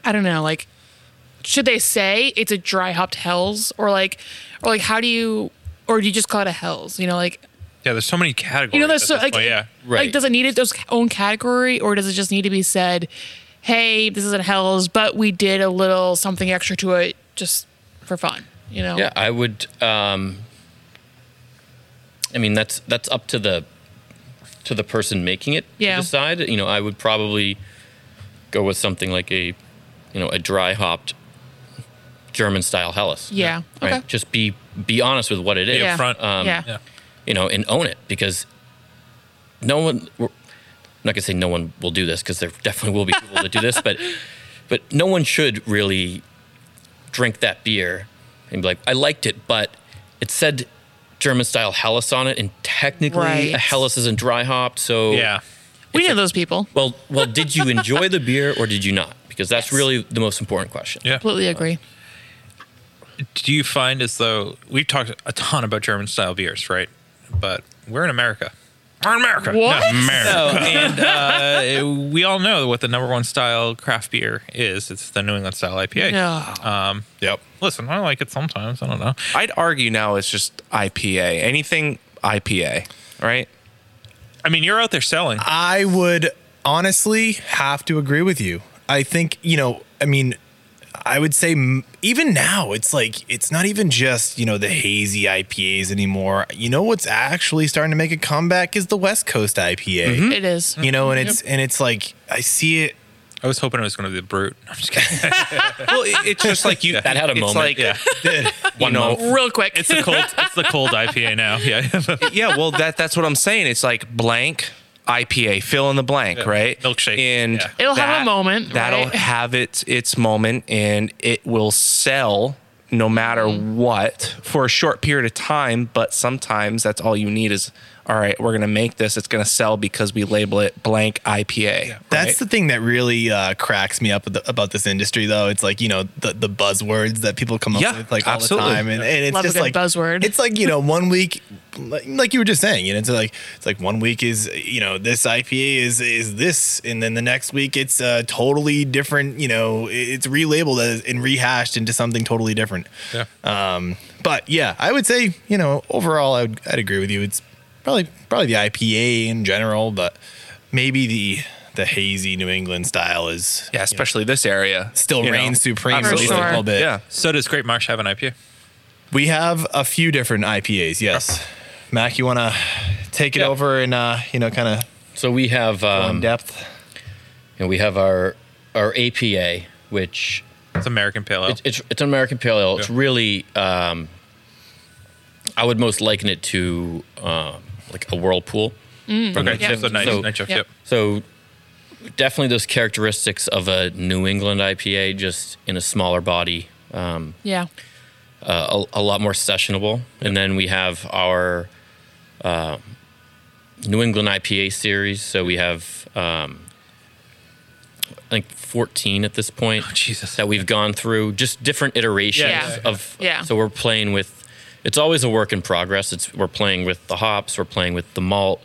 B: I don't know. Like, should they say it's a dry hopped Hell's, or like, or like, how do you, or do you just call it a Hell's? You know, like,
A: Yeah, there's so many categories.
B: you know, there's
A: at
B: so
A: this
B: like,
A: point, yeah.
E: Right.
B: like, does it need its own category, or does it just need to be said? Hey, this is a Hell's, but we did a little something extra to it just for fun. You know?
E: Yeah, I would. Um, I mean, that's that's up to the to the person making it
B: Yeah.
E: to decide. You know, I would probably go with something like a you know a dry hopped German style Helles.
B: Yeah,
E: Right?
B: okay.
E: Just be be honest with what it is.
A: Yeah.
B: Yeah.
A: Front.
E: Um,
B: yeah.
A: yeah.
E: you know, and own it because no one. We're, I'm not gonna say no one will do this because there definitely will be people that do this, but but no one should really drink that beer and be like, I liked it, but it said German style Helles on it, and technically
B: Right.
E: a Helles isn't dry hopped, so
A: Yeah.
B: We know those people.
E: Well, well, did you enjoy the beer or did you not? Because that's
B: Yes.
E: really the most important question.
A: Yeah.
B: Completely agree.
A: Do you find as though we've talked a ton about German style beers, right? But we're in America. We're in America.
B: What?
A: Not America. and uh, it- we all know what the number one style craft beer is. It's the New England style IPA.
B: No.
A: Um,
D: Yep.
A: listen, I like it sometimes. I don't know.
C: I'd argue now it's just IPA. Anything IPA, right?
A: I mean, you're out there selling.
D: I would honestly have to agree with you. I think, you know, I mean, I would say m- even now it's like it's not even just, you know, the hazy IPAs anymore. You know what's actually starting to make a comeback is the West Coast IPA.
A: Mm-hmm.
B: It is.
D: You know, and it's and it's like I see it
A: I was hoping it was going to be the Brute. I'm just kidding.
C: Well, it, it's just like you.
E: That had a
C: it's
E: moment,
C: Like,
A: yeah.
C: you know,
B: Real quick.
A: It's the cold. It's the cold IPA now. Yeah.
C: yeah, well, that that's what I'm saying. It's like blank IPA, fill in the blank, right?
A: milkshake,
C: and
A: yeah.
B: It'll have a moment,
C: That'll
B: right?
C: have its its moment, and it will sell no matter
B: Mm-hmm.
C: what for a short period of time. But sometimes that's all you need is. All right, we're gonna make this. It's gonna sell because we label it blank IPA.
D: That's the thing that really uh, cracks me up with the- about this industry, though. It's like you know the, the buzzwords that people come up
C: Yeah,
D: with like all
C: absolutely.
D: the time, and, and it's
B: Love a
D: just
B: good
D: like
B: buzzword.
D: It's like you know one week, like, like you were just saying, you know, it's like it's like one week is you know this IPA is is this, and then the next week it's uh, totally different. You know, it- it's relabeled as, and rehashed into something totally different.
A: Yeah.
D: Um, but yeah, I would say you know overall, I would, I'd agree with you. It's probably probably the IPA in general, but maybe the the hazy New England style is
C: yeah, especially this area
D: still
C: you know.
D: reigns supreme at least a
B: Absolutely.
D: little bit.
C: Yeah,
A: so does Great Marsh have an IPA?
D: we have a few different IPAs. Yes, Mac, you want to take it
E: Yeah.
D: over and uh, you know kind of
E: So we have
D: in
E: um, you
D: depth.
E: know, we have our our APA, which
A: It's American Pale Ale.
E: It's, it's, it's an American Pale Ale. It's
A: Yeah.
E: really, um, I would most liken it to um, like a whirlpool. from
A: okay.
E: the
A: So nice.
E: So,
A: nice joke.
B: Yeah.
A: Yep.
E: so definitely those characteristics of a New England IPA, just in a smaller body, um,
B: yeah.
E: uh, a, a lot more sessionable. And then we have our uh, New England IPA series. So we have, um, I think, 14 at this point.
A: Oh, Jesus.
E: That we've gone through, just different iterations
A: Yeah, yeah, yeah.
E: of.
B: Yeah.
E: So we're playing with. It's always a work in progress. It's we're playing with the hops. We're playing with the malt.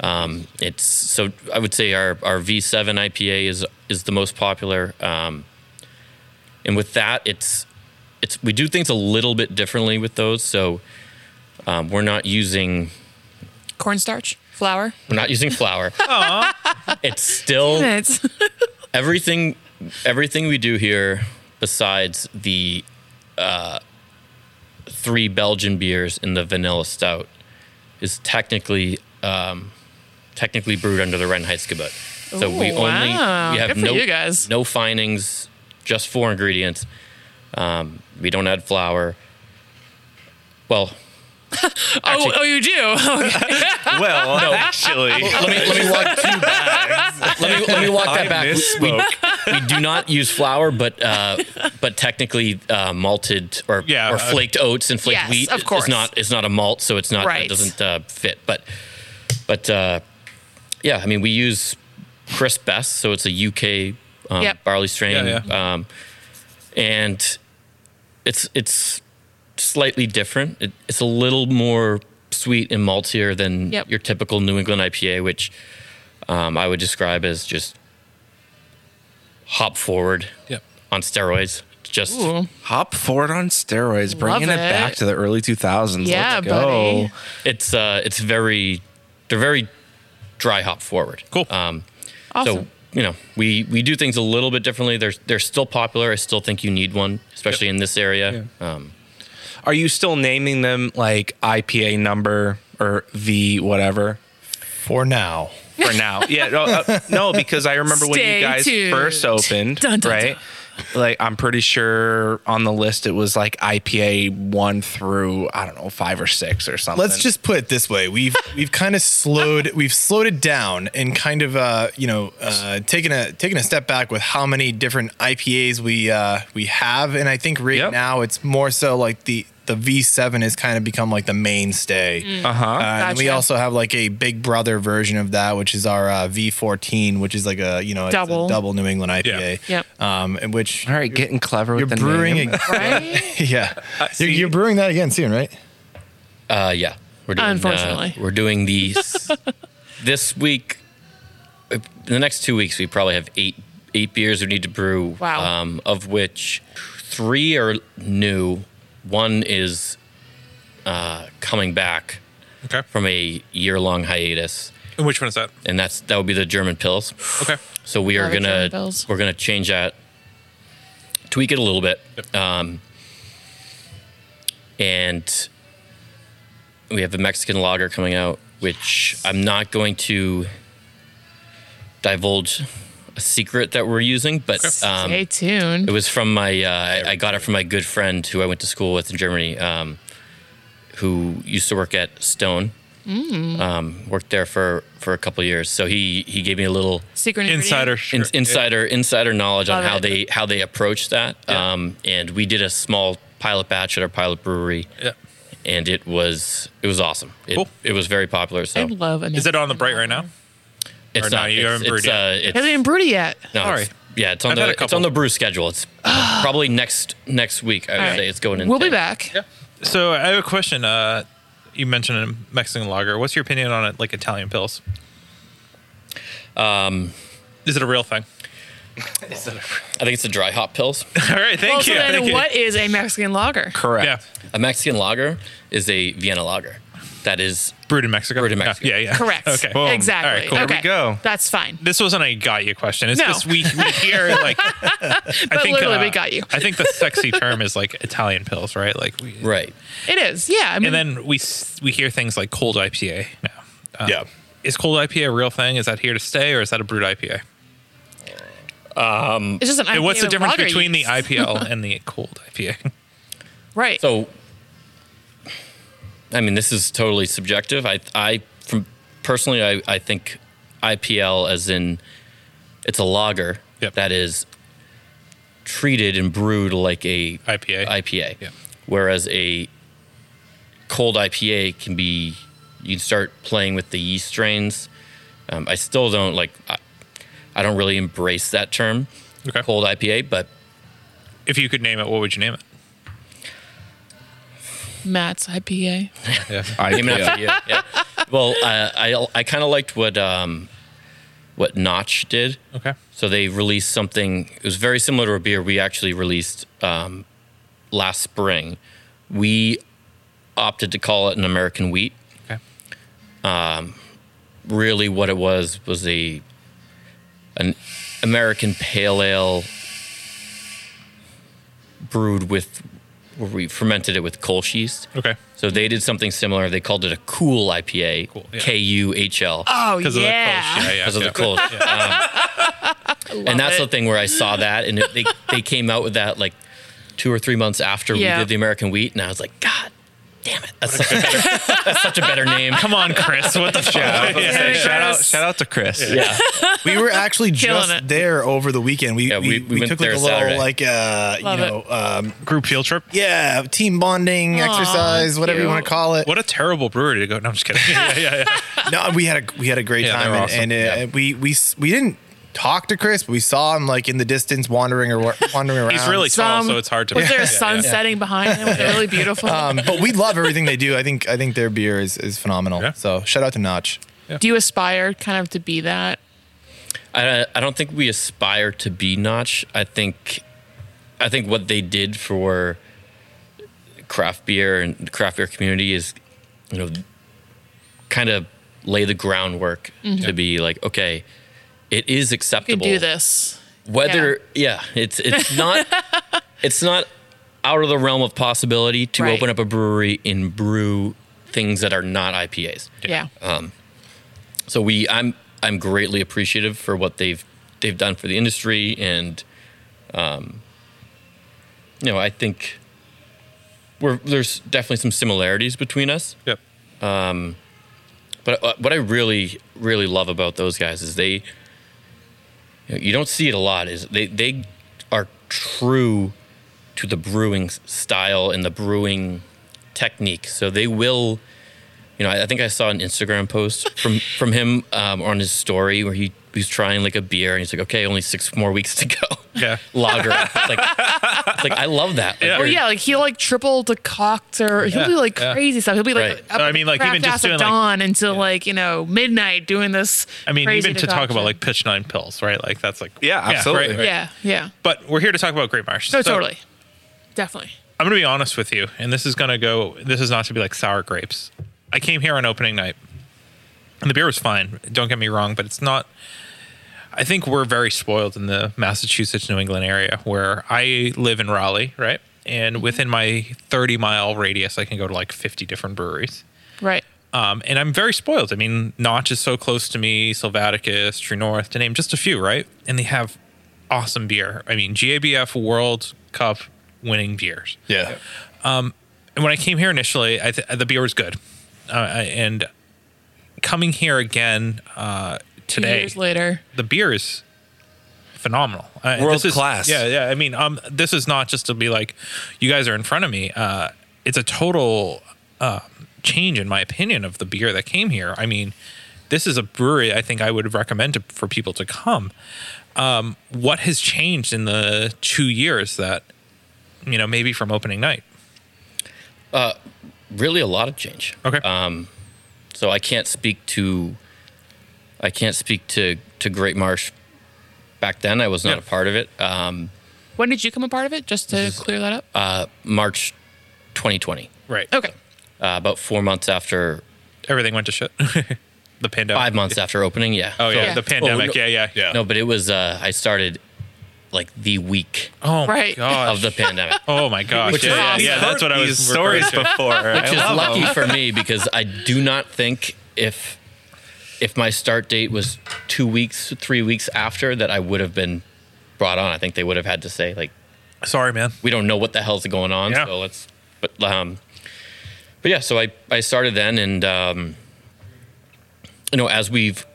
E: Um, it's so I would say our our V7 IPA is is the most popular. Um, and with that, it's it's we do things a little bit differently with those. So um, we're not using
B: Cornstarch, flour.
E: we're not using flour. it's still
B: It's
E: everything everything we do here besides the uh, three belgian beers in the vanilla stout is technically um, technically brewed under the Rennheitsgebot. so we
B: Ooh,
E: only
B: wow.
E: we have
B: Good for
E: no
B: you guys.
E: no findings just four ingredients um, we don't add flour well
B: oh,
E: actually-
B: oh, you do.
C: well, actually,
E: let me let me walk two bags. Let me let me walk that
C: I
E: back. We,
C: misspoke.
E: we do not use flour, but uh, but technically uh, malted or
A: Yeah,
E: or
A: uh,
E: flaked oats and flaked
B: Yes,
E: wheat
B: of course.
E: is not is not a malt, so it's not
B: Right.
E: it doesn't uh, fit. But but uh, yeah, I mean we use crisp best, so it's a UK um,
B: Yep.
E: barley strain,
A: Yeah,
E: Um, and it's it's slightly different. It, it's a little more sweet and maltier than
B: Yep.
E: your typical New England IPA, which um, I would describe as just hop forward
A: Yep.
E: on steroids. Just
B: Ooh.
C: Hop forward on steroids, bringing
B: Love
C: it. back
B: it.
C: to the early 2000s.
B: Yeah,
C: Let's go.
B: buddy.
E: it's uh, it's very they're very dry hop forward.
A: Cool.
E: Um, So
B: Awesome.
E: you know, we we do things a little bit differently. They're they're still popular. I still think you need one, especially in this area. Um,
C: Are you still naming them like IPA number or V whatever?
D: For now.
C: for now. Yeah, no, uh, no, because I remember when
B: Stay
C: you guys
B: tuned.
C: first opened,
B: Dun, dun, dun.
C: right? Like I'm pretty sure on the list it was like IPA one through I don't know five or six or something.
D: Let's just put it this way: we've we've kind of slowed we've slowed it down and kind of uh, you know uh, taken a taken a step back with how many different IPAs we uh, we have, and I think right
C: Yep.
D: now it's more so like the the V7 has kind of become like the mainstay.
C: uh huh.
D: Uh, and we
B: Mm. Gotcha.
D: also have like a Big Brother version of that, which is our uh, V14, which is like a you know it's a
B: Double.
D: double New England IPA.
B: Yeah. Yep.
D: Um, and which
C: All right, getting clever
D: you're
C: with the
D: brewing,
C: name.
D: ag-
B: right?
D: yeah, you're, you're brewing that again soon, right?
E: uh, yeah, we're doing. uh,
B: Unfortunately.
E: we're doing these this week. uh, In the next two weeks, we probably have eight eight beers we need to brew.
B: Wow.
E: Um, of which three are new. One is uh, coming back
A: Okay.
E: from a year long hiatus,
A: And which one is that?
E: and that's that would be the German pills.
A: Okay.
E: So we are
B: Garbage
E: gonna
B: in bills.
E: we're gonna change that, tweak it a little bit, um, and we have a Mexican lager coming out, which I'm not going to divulge a secret that we're using, but um,
B: Stay
E: it
B: tuned.
E: was from my uh, I, I got it from my good friend who I went to school with in Germany, um, who used to work at Stone. Um, worked there for, for a couple years, so he he gave me a little
B: Secret ingredient.
A: Insider.
E: in,
A: shirt.
E: insider insider knowledge on
B: Love
E: how
B: it.
E: they how they approach that. Um, and we did a small pilot batch at our pilot brewery,
A: Yeah.
E: and it was it was awesome. It,
A: Cool.
E: it was very popular.
B: I
E: So
B: love an
A: Is it on the bright right now?
E: it's
A: or no, you
E: it's,
A: haven't brewed
E: it's, uh, it's,
B: Has it been brewed yet?
E: no, it's-
A: Sorry.
E: yeah, it's on
A: I've had a
E: the it's
A: couple.
E: on the brew schedule. It's probably next next week. I would
B: Ah. All right.
E: say it's going in.
B: We'll be
E: there.
B: back.
A: So I have a question. Uh, you mentioned a Mexican lager. What's your opinion on it, like Italian pills? Um,
B: Um,
A: is it a real thing?
E: I think it's the dry hop pills.
A: All right, thank you.
B: Well, so then
A: thank you.
B: what is a Mexican lager?
C: Correct.
A: Yeah,
E: a Mexican lager is a Vienna lager. That is
A: brewed in Mexico.
E: Brewed in
A: Yeah,
E: Mexico.
A: Yeah, yeah.
B: Correct.
A: Okay.
B: Exactly.
A: All right, cool.
B: okay.
C: we go.
B: That's fine.
A: This wasn't a got you question. It's
B: No.
A: just we, we hear like. I think, uh,
B: literally, we got you.
A: I think the sexy term is like Italian pills, right? Like we,
E: right.
B: It is. Yeah. I mean,
A: and then we s- we hear things like cold IPA now. Uh,
D: yeah.
A: Is cold IPA a real thing? Is that here to stay, or is that a brewed IPA?
B: it's just an IPA
A: And what's the
B: with
A: difference
B: lager
A: between
B: yeast.
A: the IPL and the cold IPA?
B: right?
E: So, I mean, this is totally subjective. I, I, from personally, I, I think IPL as in it's a lager
A: Yep.
E: that is treated and brewed like a
A: IPA.
E: IPA.
A: Yep.
E: Whereas a cold IPA can be, you can start playing with the yeast strains. Um, I still don't like, I, I don't really embrace that term,
A: Okay.
E: cold IPA, but
A: If you could name it, what would you name it?
B: Matt's IPA.
E: Name it after you. Yeah. Well, uh, I I kind of liked what um, what Notch did.
A: Okay.
E: So they released something. It was very similar to a beer we actually released um, last spring. We opted to call it an American wheat. Um,
A: Okay.
E: Really, what it was was a an American pale ale brewed with. where We fermented it with Kolsch yeast.
A: Okay.
E: So they did something similar. They called it a cool IPA,
A: Cool, yeah.
E: K U H L,
B: Oh
A: Because of the
B: yeah.
A: Kolsch. Yeah, yeah.
E: because of
A: yeah.
E: the cold. Um, and that's the thing where I saw that, and it, they they came out with that like two or three months after
B: Yeah.
E: we did the American Wheat, and I was like, God damn it, that's, such a, better, that's such a better name.
A: Come on, Chris. What the fuck?
C: Yeah,
A: Yeah.
C: shout out, shout out to Chris.
E: Yeah,
D: we were actually
B: Killing
D: just
B: it.
D: there over the weekend. We
E: Yeah,
D: we,
E: we- we
D: we,
E: went
D: took like
E: there
D: a little
E: Saturday.
D: like uh, you
B: Love it.
D: know um,
A: Group field trip.
D: yeah team bonding exercise whatever you
B: cute.
D: want to call it.
A: What a terrible brewery to go. No, I'm just kidding. yeah, yeah, yeah.
D: No, we had a we had a great
A: Yeah, they
D: time
A: were
D: and,
A: awesome.
D: and uh,
A: Yeah.
D: we we s- we didn't talk to Chris, but we saw him like in the distance wandering or wandering around.
A: He's really tall, so it's hard to.
B: Was there
A: Yeah,
B: a sun
A: yeah.
B: setting behind him? Was it really beautiful?
D: Um, but we love everything they do. I think I think their beer is is phenomenal.
A: Yeah.
D: So shout out to Notch.
B: Do you aspire kind of to be that?
E: I, I don't think we aspire to be Notch. I think, I think what they did for craft beer and the craft beer community is, you know, kind of lay the groundwork to be like, okay, it
B: Mm-hmm. You
E: is
B: could
E: acceptable.
B: do this.
E: Whether yeah, it's it's not it's not out of the realm of possibility to
B: Right.
E: open up a brewery and brew things that are not IPAs.
B: Yeah.
E: So we, I'm, I'm greatly appreciative for what they've they've done for the industry, and um, you know, I think we're there's definitely some similarities between us.
A: Yep.
E: But uh, what I really, really love about those guys is they, you, know, you don't see it a lot, is they, they are true to the brewing s- style and the brewing technique. So they will, you know, I, I think I saw an Instagram post from, from him um, on his story where he, he's trying like a beer and he's like, okay, only six more weeks to go.
A: Yeah.
E: Lager. It's like, it's like, I love that. Like,
A: Yeah.
B: Oh
E: they're-
B: yeah, like he'll like triple decoct or he'll do like
A: yeah.
B: crazy stuff. He'll be like,
E: Right.
B: up
A: No, I
B: at
A: mean, like,
B: craft
A: even just
B: house at
A: doing, like-
B: dawn until like you know midnight doing this.
A: I mean,
B: crazy
A: even to talk about
B: decoction.
A: like pitch nine pills, right? Like that's like
C: Yeah, absolutely.
A: right, right.
B: yeah, yeah,
A: But we're here to talk about Great Marsh.
B: no,
A: So
B: totally, definitely.
A: I'm gonna be honest with you, and this is gonna go. This is not to be like sour grapes. I came here on opening night, and the beer was fine. Don't get me wrong, but it's not. I think we're very spoiled in the Massachusetts New England area where I live in Raleigh, right? And within my 30 mile radius, I can go to like 50 different breweries.
B: Right.
A: Um, and I'm very spoiled. I mean, Notch is so close to me, Sylvaticus, True North, to name just a few, right? And they have awesome beer. I mean, GABF World Cup winning beers. Um,
D: Yeah.
A: And when I came here initially, I th- the beer was good. Uh, I- and coming here again uh,
B: Two
A: today,
B: years later,
A: the beer is phenomenal. Uh,
C: World
A: this is-
C: class.
A: Yeah, yeah. I mean, um, this is not just to be like, you guys are in front of me. Uh, it's a total um change, in my opinion, of the beer that came here. I mean, this is a brewery I think I would recommend to, for people to come. Um, what has changed in the two years that, you know, maybe from opening night?
E: really a lot of change.
A: Okay.
E: so I can't speak to I can't speak to to Great Marsh back then. I was not
A: Yeah.
E: a part of it. Um,
B: when did you come a part of it? Just to clear that up.
A: Uh,
E: March 2020,
A: right.
B: okay.
E: uh, about four months after,
A: Everything went to shit. the pandemic.
E: five months after opening. Yeah.
A: Oh, yeah.
B: Yeah.
A: The pandemic.
E: Oh, no-
A: yeah, yeah. Yeah.
E: No, but it was uh, I started like the week
A: Oh, my
B: Right.
A: gosh.
E: of the pandemic.
A: Oh my gosh!
E: Which
A: yeah,
E: is
A: yeah,
E: awesome.
A: yeah, that's what I was
C: These stories
A: referring to.
C: before. I
E: Which is
C: love 'em.
E: lucky for me because I do not think if if my start date was two weeks, three weeks after that, I would have been brought on. I think they would have had to say like,
A: Sorry, man.
E: we don't know what the hell's going on.
A: Yeah.
E: So let's, but um, but yeah. So I I started then, and um, you know, as we've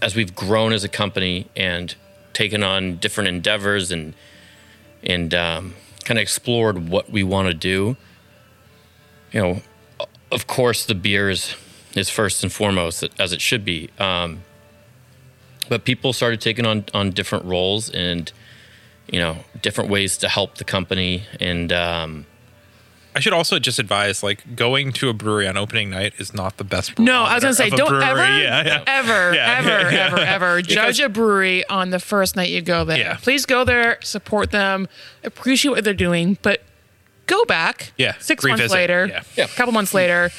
E: as we've grown as a company and taken on different endeavors and and um, kind of explored what we want to do. You know, o- of course, the beer is is first and foremost as it should be. Um, but people started taking on on different roles and you know different ways to help the company and um,
A: I should also just advise like going to a brewery on opening night is not the best.
B: No, I was
A: barometer
B: gonna say,
A: of a
B: don't
A: brewery.
B: ever,
A: Yeah, yeah.
B: ever,
A: Yeah,
B: ever,
A: yeah, yeah.
B: ever, ever judge a brewery on the first night you go there.
A: Yeah.
B: Please go there, support them, appreciate what they're doing, but go back.
A: Yeah,
B: Six months
A: revisit,
B: later,
A: yeah.
E: Yeah.
B: a couple months later,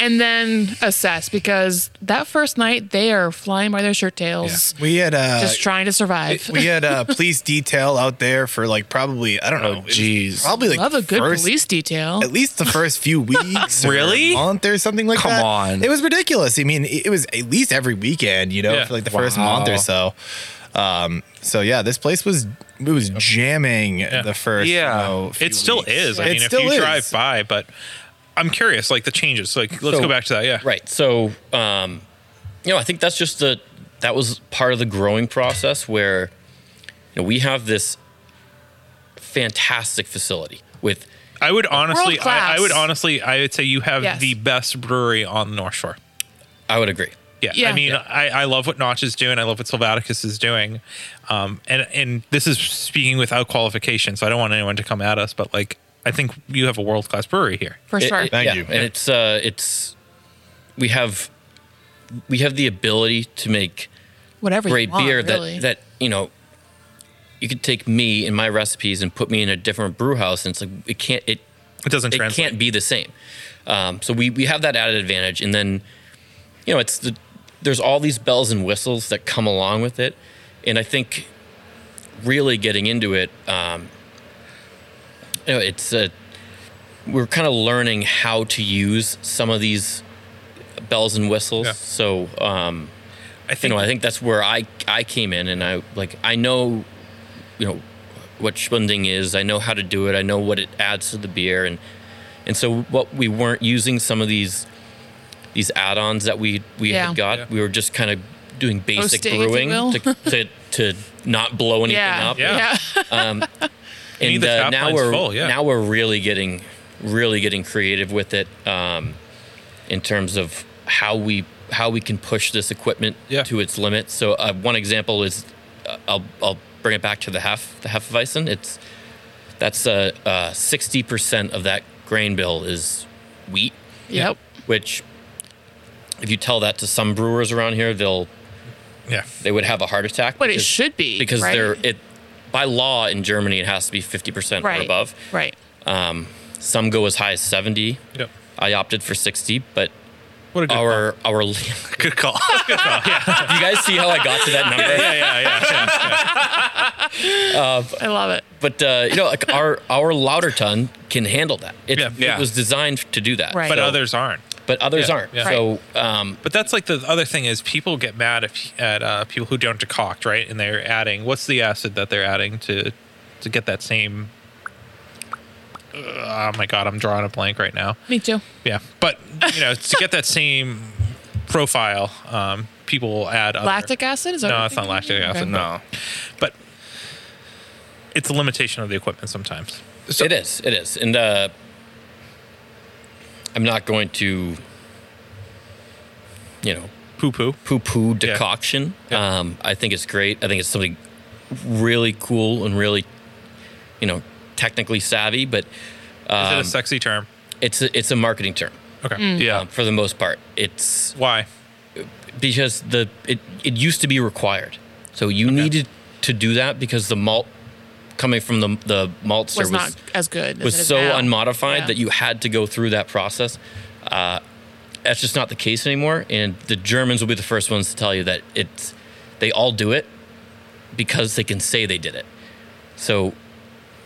B: and then assess because that first night they are flying by their shirt tails,
D: We had uh
B: just trying to survive.
D: we had uh police detail out there for like probably I don't
A: Oh,
D: know. it was
C: jeez.
D: Probably like
B: Love a good
D: first,
B: police detail.
D: At least the first few weeks, or
C: Really?
D: month or something like
C: Come
D: that.
C: on.
D: it was ridiculous. I mean, it it was at least every weekend, you know,
A: Yeah.
D: for like the first
C: Wow.
D: month or so. Um, so yeah, this place was it was jamming the first.
C: Yeah.
D: you know, few
A: It still
D: weeks.
A: is. I
D: It
A: mean, if
D: still
A: you
D: is.
A: drive by, but I'm curious, like the changes. Like, let's
E: So-
A: go back to that. Yeah,
E: right. So um, you know, I think that's just the that was part of the growing process where you know we have this fantastic facility with
A: I would honestly, I, I
B: class.
A: would honestly, I would say you have
B: Yes.
A: the best brewery on the North Shore.
E: I would agree.
A: Yeah.
B: Yeah.
A: I mean, I, I love what Notch is doing. I love what Sylvaticus is doing. Um, and, and this is speaking without qualification. So I don't want anyone to come at us, but like, I think you have a world class brewery here.
B: for
E: It-
B: sure.
E: it-
D: Thank
E: yeah,
D: you.
E: And it's uh, it's we have we have the ability to make
B: Whatever
E: great
B: you want,
E: beer
B: really.
E: that that you know you could take me and my recipes and put me in a different brew house and it's like it can't it
A: It doesn't
E: it
A: translate.
E: can't be the same. Um, so we we have that added advantage, and then you know it's the there's all these bells and whistles that come along with it, and I think really getting into it, um, you know, it's a we're kind of learning how to use some of these bells and whistles.
A: Yeah.
E: So um,
A: I
E: you
A: think
E: know, I think that's where I I came in, and I like I know, you know, what Schwinding is. I know how to do it. I know what it adds to the beer, and and so what we weren't using some of these these add-ons that we we
B: Yeah.
E: had got.
A: Yeah.
E: we were just kind of doing basic
B: Hosting, if you
E: brewing
B: will.
E: to, to to not blow anything
B: yeah.
E: up.
B: yeah.
A: Yeah. need
E: And
A: the
E: uh,
A: top
E: now
A: lines
E: we're
A: full, yeah.
E: now we're really getting really getting creative with it um, in terms of how we how we can push this equipment
A: Yeah.
E: to its limits. So uh, one example is uh, I'll I'll bring it back to the half the hefeweizen. It's that's uh sixty percent of that grain bill is wheat,
B: Yep.
E: which if you tell that to some brewers around here, they'll
A: yeah.
E: they would have a heart attack.
B: But it should be,
E: because
B: right?
E: they're it by law in Germany it has to be fifty percent
B: Right.
E: or above.
B: Right.
E: Um, some go as high as 70.
A: Yep.
E: I opted for 60, but
A: What a good
E: our our you
A: good call. Good call. Yeah.
E: guys see how I got to that number?
A: Yeah, yeah, yeah, yeah.
B: I love it.
E: But uh, you know, like our our louder ton can handle that. It,
A: Yeah.
C: Yeah.
E: it was designed to do that.
B: Right.
A: But
E: So-
A: others aren't.
E: but others
A: yeah,
E: aren't.
A: yeah.
E: So um,
A: But that's like the other thing is people get mad if, at uh, people who don't decoct, right? And they're adding what's the acid that they're adding to to get that same. oh my god, I'm drawing a blank right now.
B: Me too.
A: Yeah, but you know, to get that same profile, um, people will add other,
B: Lactic acid is that
A: No,
B: what you're
A: it's not
B: thinking?
A: lactic acid,
B: Okay.
C: No.
A: but it's a limitation of the equipment sometimes.
E: it is. It is. And uh, I'm not going to, you know,
A: Poo poo.
E: poo poo decoction.
A: Yeah.
E: Um, I think it's great. I think it's something really cool and really, you know, technically savvy, but
A: Is
E: Um,
A: it a sexy term?
E: it's a, it's a marketing term
A: Okay.
E: um, for the most part. It's
A: Why?
E: because the it, it used to be required. So you needed to do that because the malt coming from the the maltster
B: Was
E: was
B: not as good. as it
E: was
B: is
E: so
B: now.
E: unmodified
B: Yeah.
E: that you had to go through that process. Uh, that's just not the case anymore. And the Germans will be the first ones to tell you that it's they all do it because they can say they did it. So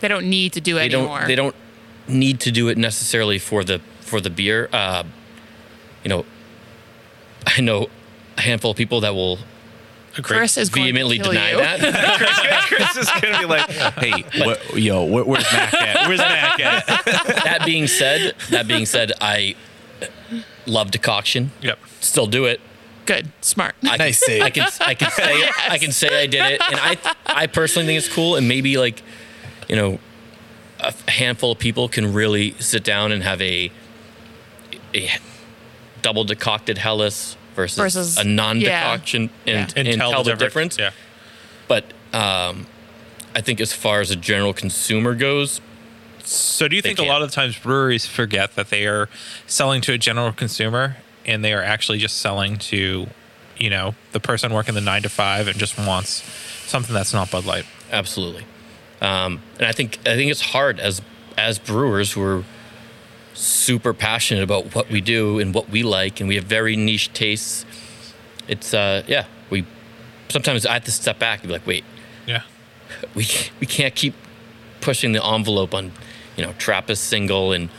B: they don't need to do it
E: they don't
B: anymore.
E: they don't need to do it necessarily for the for the beer. Uh, you know, I know a handful of people that will
A: Agree.
B: Chris is going
E: vehemently
B: to kill
E: deny
B: you.
E: that.
C: Chris is gonna be like, "Hey, wh- yo, wh- where's Mac at? Where's Mac at?"
E: that being said, that being said, I love decoction.
A: Yep.
E: Still do it.
B: Good. Smart.
E: I can,
D: Nice save.
E: I can I can say I can say I did it, and I I personally think it's cool, and maybe like, you know, a handful of people can really sit down and have a a double decocted Hellas versus,
B: Versus-
E: a non decoction
B: yeah.
E: and, and tell, the difference.
A: Yeah.
E: But um, I think as far as a general consumer goes,
A: So do you think a
E: can't.
A: lot of the times breweries forget that they are selling to a general consumer and they are actually just selling to, you know, the person working the nine to five and just wants something that's not Bud Light.
E: absolutely. Um, and I think I think it's hard as as brewers who are super passionate about what we do and what we like, and we have very niche tastes. It's uh, yeah, we sometimes I have to step back and be like, wait,
A: Yeah.
E: we we can't keep pushing the envelope on, you know, Trappist single and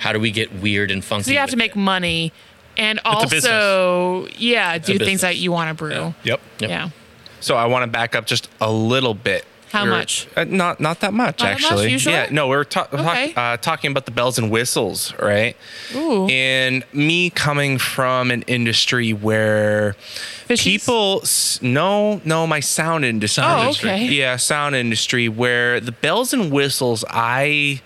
E: how do we get weird and funky?
B: So you have to
E: with
B: make
E: it?
B: money and
A: a business.
B: also, yeah, do things
E: business.
B: that you want to brew. Yeah.
D: Yep.
E: Yep.
C: So I want to back up just a little bit.
B: How
C: We were-
B: much?
C: Uh, not not that much
B: Not that much?
C: actually.
B: You sure?
C: Yeah, no, we were ta-
B: Okay.
C: talk, uh, talking about the bells and whistles, right?
B: Ooh.
C: And me coming from an industry where
B: Fishies?
C: people s- no no my sound industry.
B: Oh, okay.
C: Yeah, sound industry where the bells and whistles I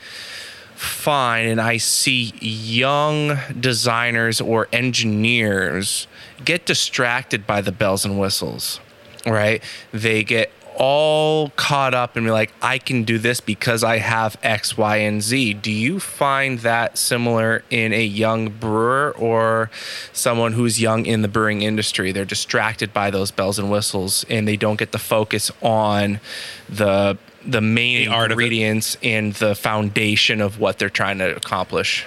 C: fine and I see young designers or engineers get distracted by the bells and whistles, right? They get all caught up and be like, I can do this because I have X, Y, and Z. Do you find that similar in a young brewer or someone who's young in the brewing industry? They're distracted by those bells and whistles and they don't get the focus on the the main
A: The art of it.
C: ingredients and the foundation of what they're trying to accomplish.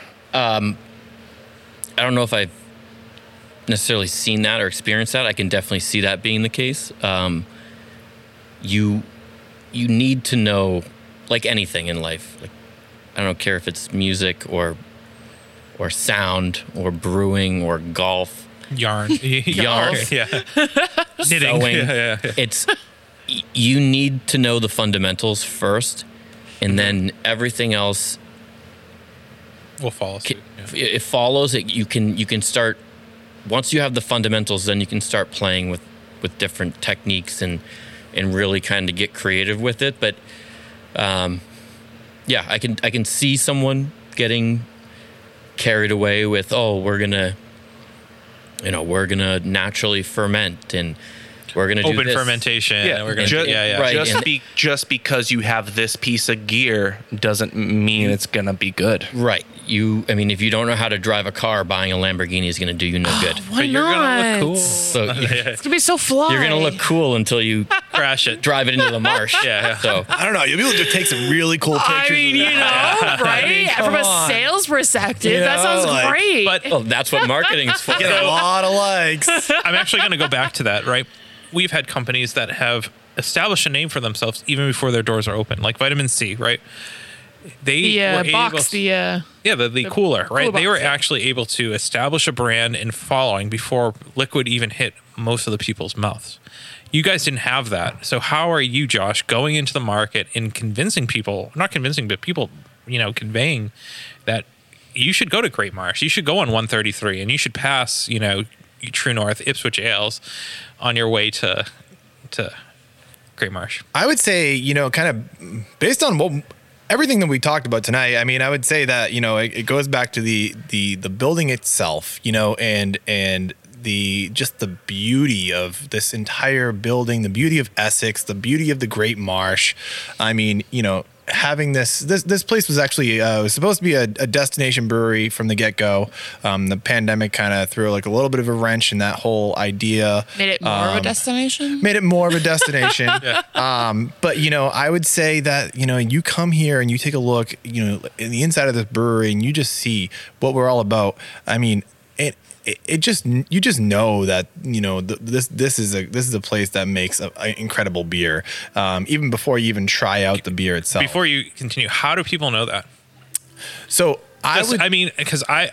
E: I don't know if I've necessarily seen that or experienced that. I can definitely see that being the case. Um, you you need to know like anything in life. Like I don't care if it's music or or sound or brewing or golf,
A: Yarn.
E: Yarn.
A: Yeah. Knitting.
E: sewing.
A: Yeah, yeah, yeah.
E: It's y- you need to know the fundamentals first, and then everything else
A: We'll follow suit. yeah.
E: it, it follows it you can you can start once you have the fundamentals then you can start playing with with different techniques and and really kind of get creative with it but um yeah i can i can see someone getting carried away with oh we're gonna you know we're gonna naturally ferment and we're gonna do
A: Open
E: this.
A: fermentation. Yeah, we're gonna.
C: ju-
A: yeah, yeah.
E: right.
C: Just
E: and-
C: be just because you have this piece of gear doesn't mean it's gonna be good.
E: right you i mean if you don't know how to drive a car buying a lamborghini is gonna do you no good
A: But you're gonna look cool.
E: so
B: It's gonna be so fly.
E: you're gonna look cool until you
A: Crash it.
E: drive it into the marsh.
A: Yeah.
E: So
D: I don't know. You'll be able to take some really cool pictures.
B: I mean,
D: of
B: you
D: that.
B: know, right? From a sales perspective, that
D: know,
B: sounds
D: like-
B: great.
A: But
E: well, that's what marketing's for.
D: get a lot of likes.
A: I'm actually going to go back to that, right? We've had companies that have established a name for themselves even before their doors are open, like Vitamin C, right? They
B: the
A: were
B: uh,
A: able-
B: box, the uh,
A: yeah, the, the cooler, right?
B: cooler
A: they were
B: box, yeah.
A: actually able to establish a brand and following before liquid even hit most of the people's mouths. You guys didn't have that. So how are you, Josh, going into the market and convincing people, not convincing, but people, you know, conveying that you should go to Great Marsh, you should go on 133 and you should pass, you know, True North, Ipswich Ales on your way to to Great Marsh.
D: I would say, you know, kind of based on what everything that we talked about tonight. I mean, I would say that you know it, it goes back to the the the building itself, you know, and and the just the beauty of this entire building, the beauty of Essex, the beauty of the Great Marsh. I mean, you know, having this this this place was actually uh, it was supposed to be a, a destination brewery from the get go. Um, the pandemic kind of threw like a little bit of a wrench in that whole idea.
B: made it more of a
D: Um,
B: destination.
D: made it more of a destination. um, but you know, I would say that you know, you come here and you take a look, you know, in the inside of this brewery, and you just see what we're all about. I mean, it. It it just you just know that you know th- this this is a this is a place that makes a, a incredible beer um, even before you even try out the beer itself.
A: Before you continue, how do people know that?
D: so I
A: Just-
D: would
A: I mean, because I,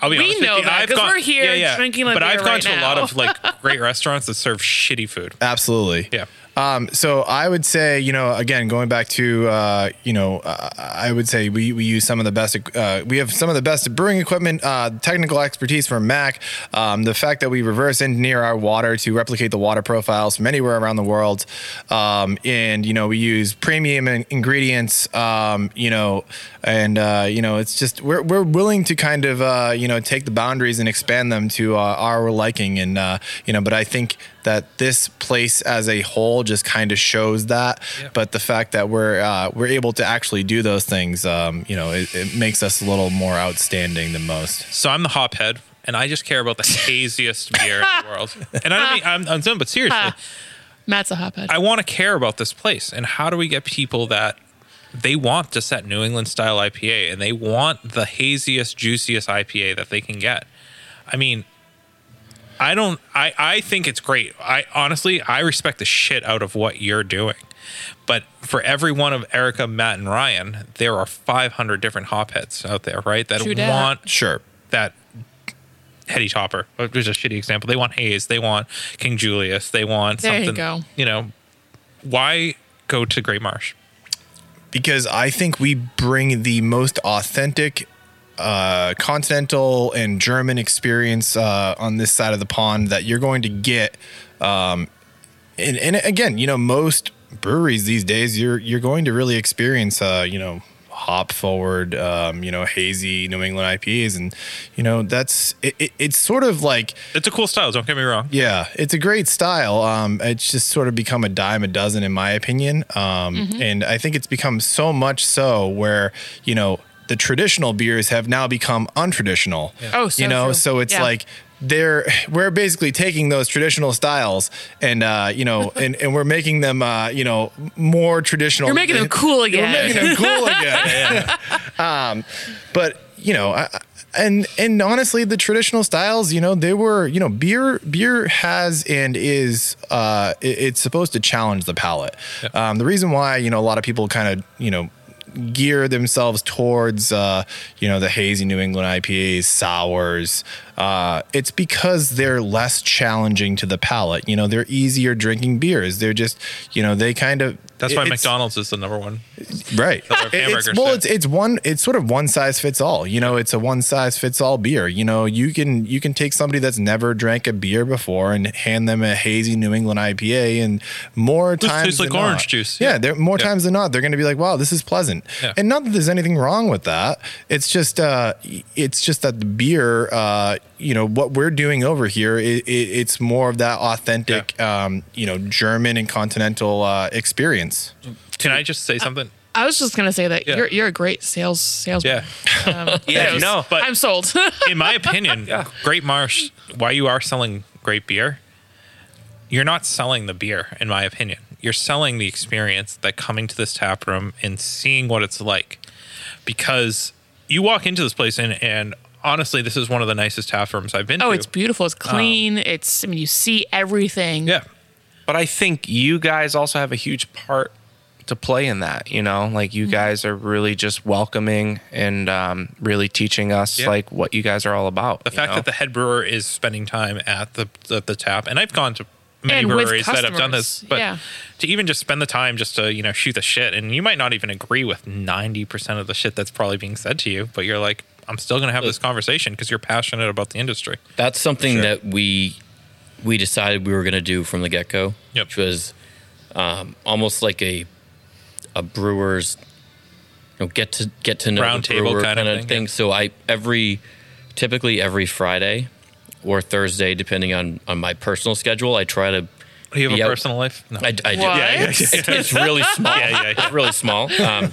A: I'll be
B: We
A: honest
B: know
A: with you,
B: that,
A: I've
B: 'cause
A: gone-
B: we're here drinking like
A: but
B: we
A: I've
B: are
A: gone
B: right
A: to a lot
B: now.
A: of like great restaurants that serve shitty food.
D: Absolutely.
A: Yeah.
D: Um, so I would say, you know, again, going back to, uh, you know, uh, I would say we, we use some of the best, uh, we have some of the best brewing equipment, uh, technical expertise from Mac. Um, the fact that we reverse engineer our water to replicate the water profiles from anywhere around the world. Um, and, you know, we use premium in- ingredients, um, you know, and, uh, you know, it's just, we're, we're willing to kind of, uh, you know, take the boundaries and expand them to uh, our liking. And, uh, you know, but I think that this place as a whole just kind of shows that. But the fact that we're uh, we're able to actually do those things, um, you know, it, it makes us a little more outstanding than most.
A: So I'm the hophead, and I just care about the haziest beer in the world. And I don't mean I'm, I'm done, but seriously,
B: Matt's a hotbed.
A: I want to care about this place. And how do we get people that they want just that New England style IPA and they want the haziest, juiciest IPA that they can get? I mean, I don't. I I think it's great. I honestly, I respect the shit out of what you're doing. But for every one of Erica, Matt, and Ryan, there are 500 different hopheads out there, right? That
B: True dat.
A: want
D: Sure.
A: that heady topper, uh, which is a shitty example. They want Hayes, they want King Julius, they want
B: There you
A: something.
B: go.
A: you know, why go to Great Marsh?
D: because I think we bring the most authentic uh, continental and German experience uh, on this side of the pond that you're going to get. Um, and, and again, you know, most breweries these days, you're you're going to really experience, uh, you know, hop forward, um, you know, hazy New England IPAs, and you know that's it, it, it's sort of like
A: It's a cool style. Don't get me wrong.
D: yeah, it's a great style. Um, it's just sort of become a dime a dozen, in my opinion. Um,
B: Mm-hmm.
D: And I think it's become so much so where, you know, the traditional beers have now become untraditional.
B: Oh, so
D: You know,
B: true.
D: so it's
B: Yeah.
D: like, they're we're basically taking those traditional styles and uh, you know and, and we're making them uh, you know more traditional.
B: You're making them cool again.
D: We're making them cool again. um, but you know, I, I- and and honestly, the traditional styles, you know, they were, you know, beer beer has and is uh, it- it's supposed to challenge the palate. Um, the reason why you know a lot of people kind of you know gear themselves towards uh, you know the hazy New England IPAs, sours. Uh, it's because they're less challenging to the palate. You know, they're easier drinking beers. They're just, you know, they kind of.
A: That's why
D: it's-
A: McDonald's is the number one.
D: right
A: Killer
D: it's,
A: hamburger
D: well
A: set.
D: it's it's one it's sort of one size fits all you know it's a one size fits all beer you know you can you can take somebody that's never drank a beer before and hand them a hazy new england ipa and more times
A: tastes
D: than
A: like orange
D: not-
A: juice.
D: yeah,
A: Yeah.
D: they're, more
A: Yeah.
D: times than not they're going to be like wow this is pleasant
A: Yeah.
D: and not that there's anything wrong with that it's just uh it's just that the beer uh you know what we're doing over here it, it, it's more of that authentic um you know german and continental uh experience
A: Can I just say something?
B: I was just gonna say that
A: Yeah.
B: you're you're a great sales salesman.
A: Yeah.
B: Um,
A: Yeah,
B: was-
A: no, but-
B: I'm sold.
A: in my opinion, Great Marsh, why you are selling great beer, you're not selling the beer, in my opinion. You're selling the experience that coming to this tap room and seeing what it's like. Because you walk into this place and, and honestly, this is one of the nicest tap rooms I've been
B: oh,
A: to.
B: it's beautiful. It's clean. it's I mean, you see everything.
A: Um, yeah.
C: but I think you guys also have a huge part to play in that. You know, like you guys are really just welcoming and um, really teaching us
A: Yeah.
C: like what you guys are all about.
A: The fact that the head brewer is spending time at the at the tap, and I've gone to many
B: And with
A: breweries that have done this,
B: customers,
A: but
B: yeah.
A: to even just spend the time just to you know shoot the shit, and you might not even agree with ninety percent of the shit that's probably being said to you, but you're like, I'm still gonna have this conversation because you're passionate about the industry.
E: That's something that we we decided we were going to do from the get go,
A: Yep.
E: which was um, almost like a a brewer's you know, get to get to know
A: Round
E: the
A: table
E: brewer
A: kind of
E: kinda
A: thing,
E: thing. So I every typically every Friday or Thursday, depending on on my personal schedule, I try to.
A: Do you have
E: be out-
A: a personal life? No.
E: I, I do.
B: What?
E: It's, it's really small.
A: yeah,
E: It's really small. Um,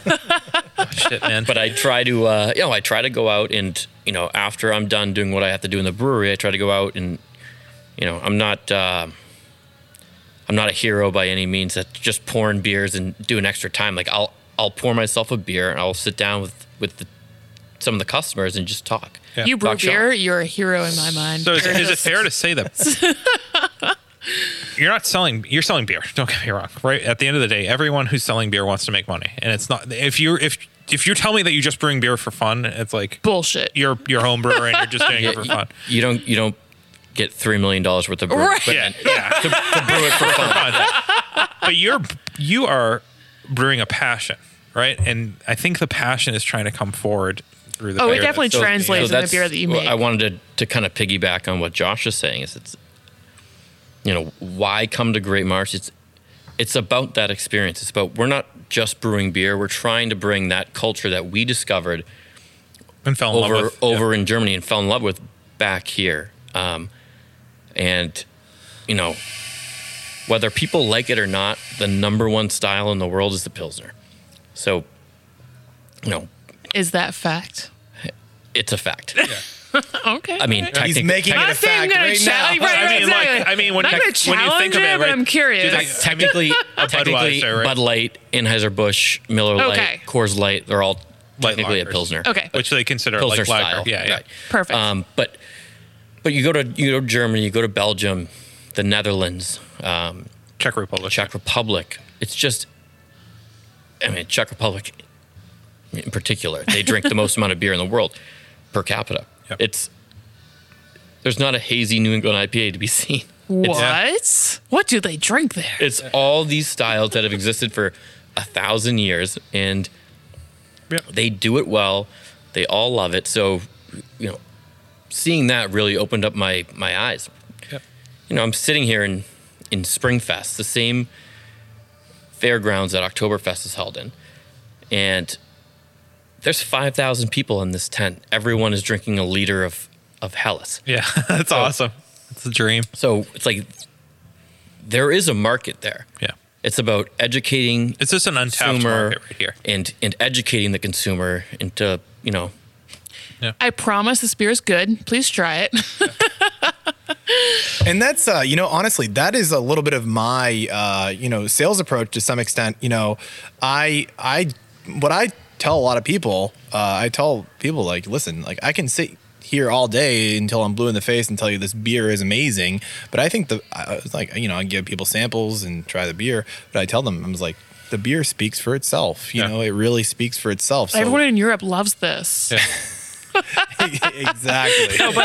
A: shit, man.
E: but I try to, uh, you know, I try to go out and, you know, after I'm done doing what I have to do in the brewery, I try to go out and, you know, I'm not, uh, I'm not a hero by any means. That's just pouring beers and doing extra time. Like I'll, I'll pour myself a beer and I'll sit down with with the, some of the customers and just talk.
B: You brew
E: Talk shop.
B: beer, you're a hero in my mind.
A: So is,
B: You're
A: is it
B: just-
A: fair to say that you're not selling? You're selling beer. Don't get me wrong. Right at the end of the day, everyone who's selling beer wants to make money, and it's not if you if if you tell me that you just bring beer for fun, it's like
B: bullshit?
A: you're you're home brewer and you're just doing
E: Yeah,
A: it for
E: you-
A: fun.
E: You don't, you don't get three million dollars worth of brew.
B: Right.
A: Yeah, yeah. to, to brew it for fun. but you're you are brewing a passion, right? And I think the passion is trying to come forward through the.
B: Oh, it
A: beer that's
B: definitely
A: sold.
B: translates in the
E: that's-
B: beer that you
E: well,
B: make.
E: I wanted to, to kind of piggyback on what Josh is saying. Is it's you know why come to Great Marsh? It's it's about that experience. It's about we're not just brewing beer. We're trying to bring that culture that we discovered
A: and fell in
E: over
A: love with. yeah.
E: over in Germany and fell in love with back here. Um, and you know whether people like it or not, the number one style in the world is the pilsner. So you know
B: Is that fact?
E: it's a fact.
B: Okay.
E: I mean,
B: okay.
E: technic-
D: He's making it
B: I'm
D: a
B: not saying I'm
D: fact
B: gonna
D: right now.
B: challenge. Right,
A: I
B: right,
A: mean, like,
B: exactly.
A: I mean, when
B: not
A: you-
B: gonna
A: when you
B: challenge
A: think of it,
B: it, but
A: right,
B: I'm curious.
A: do you
E: Like, technically, technically
A: Budweiser, right?
E: Bud Light, Anheuser Busch, Miller Light,
B: Okay.
E: Coors Light, they're all
A: Light
E: technically a
A: lagers.
E: pilsner.
B: Okay.
A: which they consider
E: Pilsner
A: like lager.
E: style.
A: Yeah, yeah.
E: Right.
B: Perfect.
E: Um, but but you go to you go to Germany, you go to Belgium, the Netherlands, um,
A: Czech Republic.
E: Czech Republic. It's just, I mean, Czech Republic in particular, they drink the most amount of beer in the world per capita.
A: Yep.
E: It's there's not a hazy New England IPA to be seen.
B: what? What do they drink there?
E: It's all these styles that have existed for a thousand years, and
A: Yep.
E: they do it well. They all love it. So, you know, seeing that really opened up my my eyes.
A: Yep.
E: You know, I'm sitting here in in Springfest, the same fairgrounds that Oktoberfest is held in, and there's 5,000 people in this tent. Everyone is drinking a liter of, of Hellas.
A: Yeah, that's
E: Oh.
A: awesome. It's a dream.
E: So it's like there is a market there.
A: Yeah.
E: It's about educating
A: It's just an untapped
E: consumer
A: market right here.
E: and and educating the consumer into, you know,
B: I promise this beer is good. Please try it.
D: And that's uh, you know honestly that is a little bit of my uh, you know sales approach to some extent. You know, I I what I tell a lot of people, uh, I tell people like, listen, like I can sit here all day until I'm blue in the face and tell you this beer is amazing, but I think the I was like you know I give people samples and try the beer, but I tell them I was like the beer speaks for itself. You
A: Yeah.
D: know, it really speaks for itself. So-
B: Everyone in Europe loves this.
A: Yeah.
D: exactly.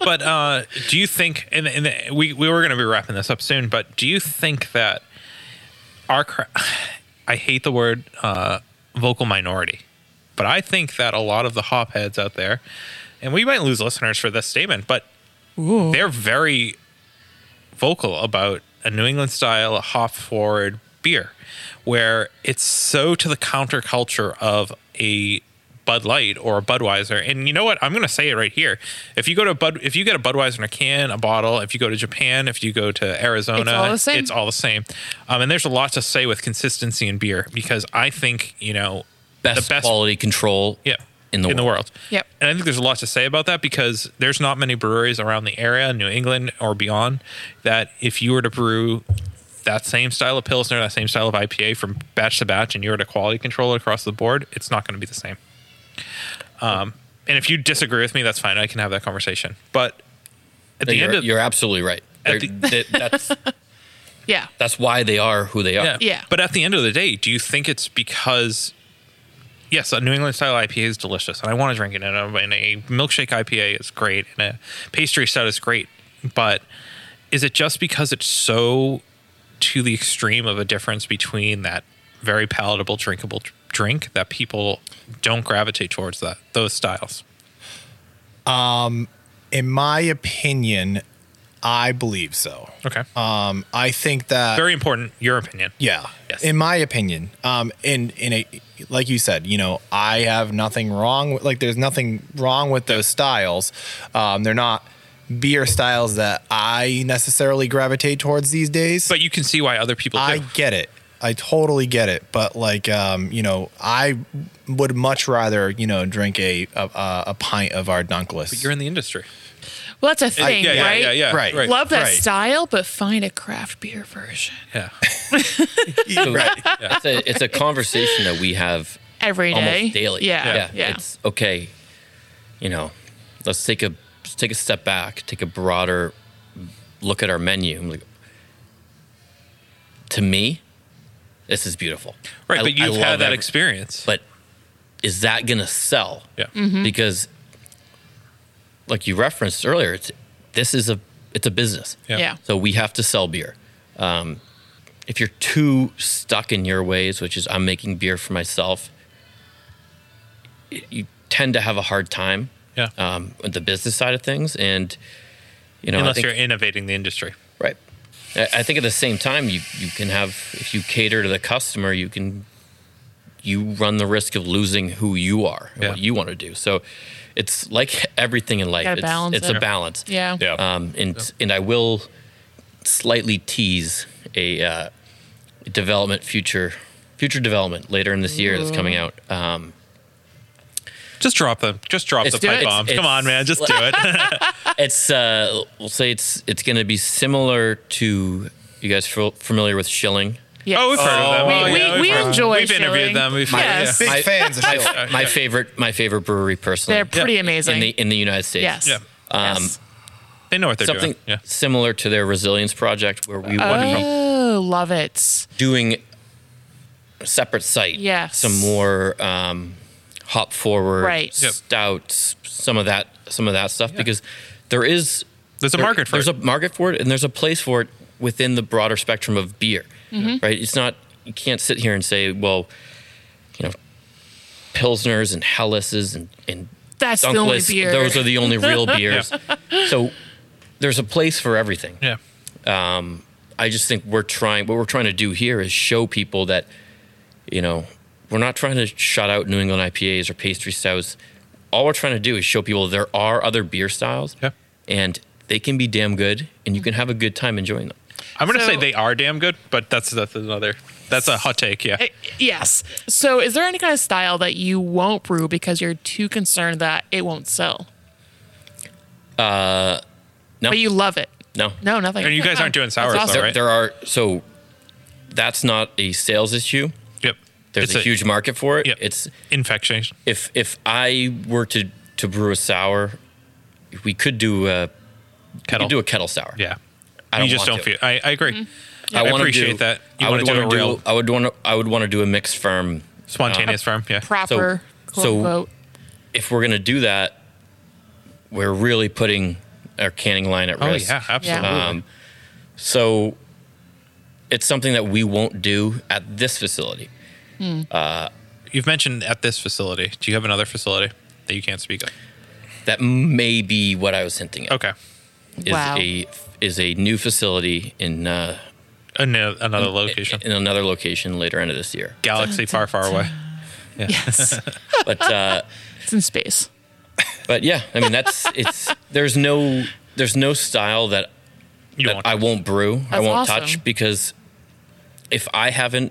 A: but uh, do you think, and, and we, we were going to be wrapping this up soon, but do you think that our, cra- I hate the word uh, vocal minority, but I think that a lot of the hop heads out there, and we might lose listeners for this statement, but they're very vocal about a New England style hop forward beer where it's so to the counterculture of a Bud Light or a Budweiser. And you know what? I'm going to say it right here. If you go to Bud if you get a Budweiser in a can, a bottle, if you go to Japan, if you go to Arizona,
B: all the same.
A: it's all the same. Um, and there's a lot to say with consistency in beer because I think, you know,
E: best, quality control
A: yeah.
E: in the world.
B: Yep.
A: And I think there's a lot to say about that because there's not many breweries around the area, New England or beyond, that if you were to brew that same style of Pilsner, that same style of IPA from batch to batch, and you were to quality control it across the board, it's not going to be the same. Um, and if you disagree with me, that's fine. I can have that conversation. But at
E: No,
A: the
E: you're,
A: end of
E: you're absolutely right.
A: At
E: They're- th- that's
B: Yeah.
E: that's why they are who they are.
A: Yeah.
B: Yeah.
A: But at the end of the day, do you think it's because yes, a New England style IPA is delicious and I want to drink it and a, and a milkshake IPA is great and a pastry stout is great, but is it just because it's so to the extreme of a difference between that very palatable drinkable dr- drink that people don't gravitate towards that those styles?
D: in my opinion, I believe so.
A: Okay.
D: Um, I think that
A: very important your opinion.
D: yeah.
A: Yes.
D: In my opinion, um, in in a like you said, you know, I have nothing wrong. With, like, there's nothing wrong with those styles. Um, they're not beer styles that I necessarily gravitate towards these days.
A: But you can see why other people
D: I
A: do.
D: get it. I totally get it. But like, um, you know, I would much rather you know drink a a, a pint of our Dunkless.
A: But you're in the industry.
B: Well, that's a thing,
A: yeah, yeah,
B: right?
A: yeah, yeah,
D: Right.
A: right.
B: Love that
D: Right.
B: style, but find a craft beer version
A: Yeah.
E: So It's, a, it's a conversation that we have
B: every day.
E: almost daily.
B: Yeah. Yeah.
E: It's okay. You know, let's take a let's take a step back, take a broader look at our menu. I'm like, to me, this is beautiful.
A: Right,
E: I-
A: but
E: I
A: you've
E: love
A: had that
E: every-
A: experience.
E: But Mm-hmm. is that going to sell?
A: yeah.
E: Because, like you referenced earlier, it's this is a it's a business.
A: Yeah.
B: Yeah.
E: So we have to sell beer. Um, if you're too stuck in your ways, which is I'm making beer for myself, y- you tend to have a hard time
A: Yeah.
E: um, with the business side of things. And, you know, I
A: Unless
E: think-
A: you're innovating the industry.
E: right. I I think at the same time, you, you can have, if you cater to the customer, you can, you run the risk of losing who you are and
A: Yeah.
E: what you want to do. So it's like everything in life.
B: Gotta
E: it's
B: balance
E: it's
B: it.
E: a balance.
B: Yeah.
E: Um, and and I will slightly tease a uh, development future future development later in this year that's coming out. Um,
A: Just drop them. Just drop
E: It's-
A: the pipe
E: it's-
A: bombs. Come
E: it's-
A: on, man. Just do it.
E: it's uh, we'll say it's it's going to be similar to you guys fa- familiar with Shilling.
B: Yes.
A: oh, we've
E: Um,
A: heard of them.
B: we,
A: Oh,
B: we,
A: yeah,
B: we
A: heard of them.
B: enjoy
A: We've
B: Schilling.
A: interviewed them. We've
B: yes.
D: Big
E: I-
D: fans of Phil.
E: uh, My favorite my favorite brewery personally.
B: They're pretty amazing.
E: in the Um, in the United States.
B: yes.
A: Yeah.
B: yes.
A: They know what they're
E: Something
A: doing. Yeah.
E: similar to their resilience project where we went from
B: Oh, love it.
E: doing a separate site.
B: Yes.
E: Some more um, hop forward,
B: Right.
A: Yep.
E: stouts, some of that, some of that stuff, because there is
A: There's a
E: there-
A: market for
E: there's
A: it.
E: a market for it, and there's a place for it within the broader spectrum of beer,
B: Mm-hmm.
E: right? It's not you can't sit here and say, well, you know, pilsners and hellas's and and
B: That's the only
E: Dunkless,
B: beer.
E: Those are the only real beers. So there's a place for everything.
A: Yeah.
E: I just think we're trying what we're trying to do here is show people that you know we're not trying to shut out New England IPAs or pastry stouts. All we're trying to do is show people there are other beer styles,
A: Yeah.
E: and they can be damn good, and you can have a good time enjoying them.
A: I'm gonna
B: So-
A: say they are damn good, but that's that's another that's a hot take. Yeah,
B: Uh, yes. So, is there any kind of style that you won't brew because you're too concerned that it won't sell?
E: No.
B: But you love it.
E: No,
B: No, nothing.
A: And you guys aren't doing sours,
B: That's
A: though,
B: awesome.
E: there,
A: right?
E: there are so that's not a sales issue.
A: yep.
E: There's
A: It's
E: a, huge market for it.
A: Yep.
E: It's
A: infection.
E: if if I were to to brew a sour, we could do a
A: Kettle.
E: We could do a kettle sour.
A: Yeah,
E: I don't
A: you just
E: want
A: don't feel.
E: to.
A: I, I agree. I,
E: wanna
A: appreciate
E: do-
A: that. You
E: I
A: want
E: would
A: to do a
E: want to
A: real
E: do. I would want to. I would want to do a mixed firm.
A: spontaneous
E: Uh-huh.
A: farm. Yeah,
B: Proper,
E: So-
B: quote
E: so-
B: unquote.
E: If we're gonna do that, we're really putting our canning line at
A: Oh,
E: risk.
A: yeah, absolutely.
E: Um, so it's something that we won't do at this facility.
A: You've mentioned at this facility. Do you have another facility that you can't speak of?
E: That may be what I was hinting at.
A: Okay,
E: Is
B: Wow.
E: a is a new facility in uh,
A: An- another location.
E: in another location later into this year.
A: Galaxy far, far away.
B: Yes.
E: But uh,
B: it's in space.
E: but yeah, I mean that's it's there's no there's no style that
A: You
E: that
A: won't.
E: I won't brew. I
B: That's
E: won't
B: awesome.
E: touch because if I haven't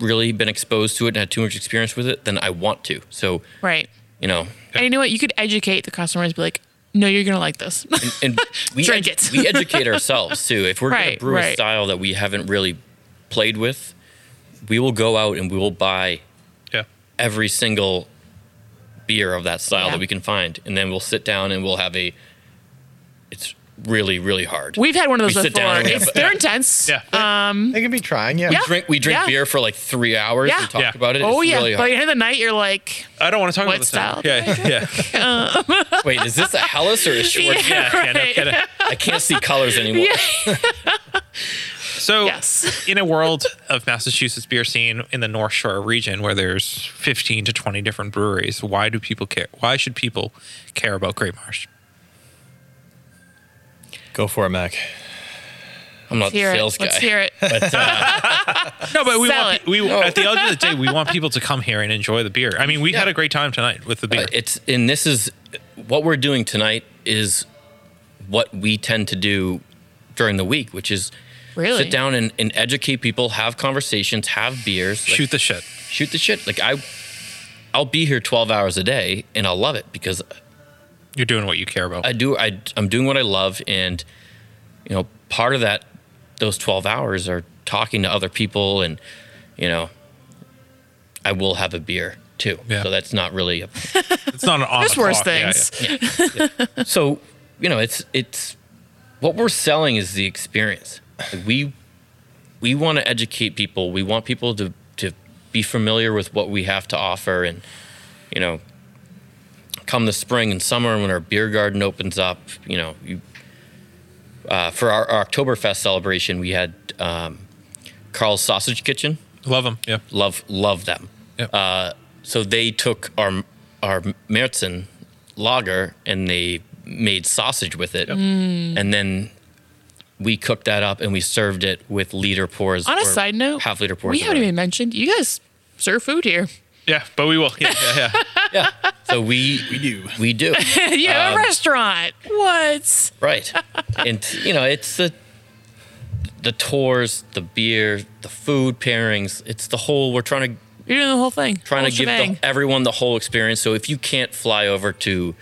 E: really been exposed to it and had too much experience with it, then I want to. So
B: Right.
E: you know,
B: And you know what? You could educate the customers, be like, no, you're going to like this.
E: and, and we
B: Drink it.
E: we educate ourselves too. If we're gonna
B: Right,
E: brew
B: right.
E: a style that we haven't really played with, we will go out and we will buy
A: yeah.
E: every single beer of that style
B: Yeah.
E: that we can find, and then we'll sit down and we'll have a. It's really really hard.
B: We've had one of those
E: We sit
B: before.
E: down and we
B: It's,
E: have-
B: they're intense.
A: Yeah.
D: They can be trying, yeah.
B: Yeah.
E: drink we drink
B: Yeah.
E: beer for like three hours
B: Yeah.
E: and talk
A: Yeah.
E: about it.
B: Oh,
E: It's
B: yeah.
E: really
B: By
E: hard.
B: the end of the night, you're like,
A: I don't want to talk
B: What
A: about this.
B: style
A: anymore.
B: did
A: Yeah, yeah,
E: Wait, is this a Hellas or a Schwartz?
A: yeah. yeah, no
B: right.
A: kidding.
E: I can't see colors anymore.
A: So,
B: Yes.
A: in a world of Massachusetts beer scene in the North Shore region, where there's 15 to 20 different breweries, why do people care? Why should people care about Great Marsh?
D: Go for it, Mac.
E: I'm not
B: let's hear
E: the
B: it.
E: sales guy. uh,
B: Let's hear it.
A: No, but we
B: Sell
A: want
B: it.
A: pe- we at the end of the day, we want people to come here and enjoy the beer. I mean, we had a great time tonight with the beer.
E: Uh, It's and this is what we're doing tonight is what we tend to do during the week, which is
B: Really?
E: sit down and, and educate people, have conversations, have beers, like,
A: Shoot the shit.
E: shoot the shit. Like I, I'll be here 12 hours a day and I'll love it because
A: You're doing what you care about.
E: I do. I I'm doing what I love, and you know, part of that, those twelve hours are talking to other people, and you know, I will have a beer too.
A: Yeah.
E: So that's not really. A,
A: it's not an on
B: There's
A: the
B: worse
A: clock. Yeah,
B: things.
E: so you know, it's it's what we're selling is the experience. Like, we we want to educate people. We want people to to be familiar with what we have to offer, and you know. Come the spring and summer, when our beer garden opens up, you know, you uh, for our, our Oktoberfest celebration, we had um, Carl's Sausage Kitchen.
A: yeah. Love them. Yeah.
E: Love, love them. Uh,
A: yeah.
E: So they took our our Märzen lager and they made sausage with it,
B: Mm.
E: and then we cooked that up and we served it with liter pours.
B: On a
E: or
B: side note,
E: half liter pours.
B: we
E: of
B: haven't
E: wine.
B: even mentioned you guys serve food here.
A: yeah, but we will. Yeah, yeah, yeah.
E: Yeah. So we we do we do
B: you have
E: Um,
B: a restaurant. What?
E: right, and you know it's the the tours, the beer, the food pairings. It's the whole. We're trying to
B: You're doing the whole thing.
E: trying
B: whole
E: to give
B: shebang.
E: the, everyone the whole experience. So if you can't fly over to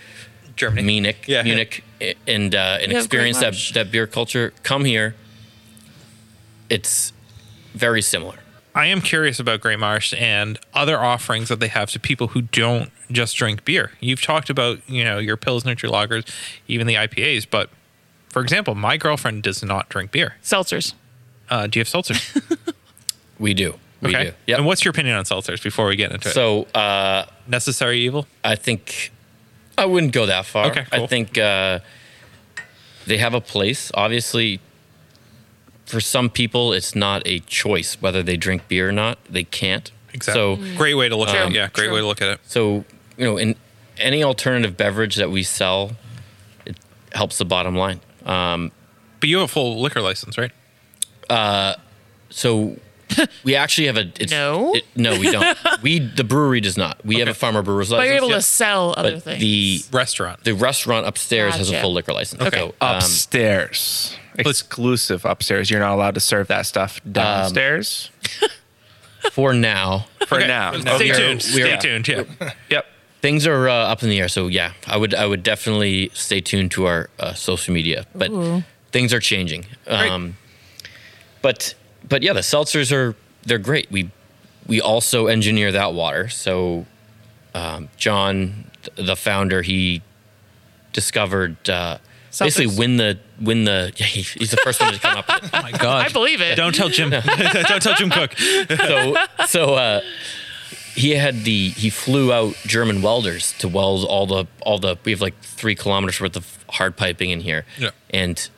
A: Germany.
E: Munich,
A: Yeah.
E: Munich, i- and uh, and
B: Yeah, of
E: experience that
B: course.
E: that beer culture, come here. It's very similar.
A: I am curious about Grey Marsh and other offerings that they have to people who don't just drink beer. You've talked about, you know, your pilsner, your lagers, even the IPAs, but for example, my girlfriend does not drink beer.
B: seltzers.
A: Uh, do you have seltzers?
E: We do. We do. Yep.
A: And what's your opinion on seltzers before we get into it?
E: so uh,
A: Necessary evil?
E: I think I wouldn't go that far.
A: Okay, cool.
E: I think uh, they have a place. Obviously, for some people, it's not a choice whether they drink beer or not. They can't. So
A: Mm.
E: Um,
A: great way to look at it.
E: True,
A: Yeah, great
B: true.
A: way to look at it.
E: So, you know, in any alternative beverage that we sell, it helps the bottom line. Um,
A: But you have a full liquor license, right?
E: so We actually have a it's,
H: No.
E: it- no, we don't. we the brewery does not. We have a farmer brewer's license.
H: But you're able
E: yeah,
H: to sell other
E: but
H: things.
E: the
A: Restaurant.
E: the restaurant upstairs has a
H: Gotcha.
E: full liquor license.
H: Okay.
E: So, um,
C: upstairs. Exclusive upstairs. You're not allowed to serve that stuff downstairs
E: for now,
C: for now.
A: Stay
E: are-
A: tuned.
E: we are-
A: Stay tuned. Yeah.
C: Yep.
E: things are uh, up in the air. So yeah, I would I would definitely stay tuned to our uh, social media. But things are changing. Um, but but yeah, the seltzers are they're great. We we also engineer that water. So um, John, th- the founder, he discovered uh, basically
H: Seltzers.
E: when the when the he, he's the first one to come up. With it.
A: Oh my God.
H: I believe it.
A: Don't tell Jim. Don't tell Jim Cook.
E: so so uh, he had the he flew out German welders to weld all the all the we have like three kilometers worth of hard piping in here.
A: Yeah.
E: And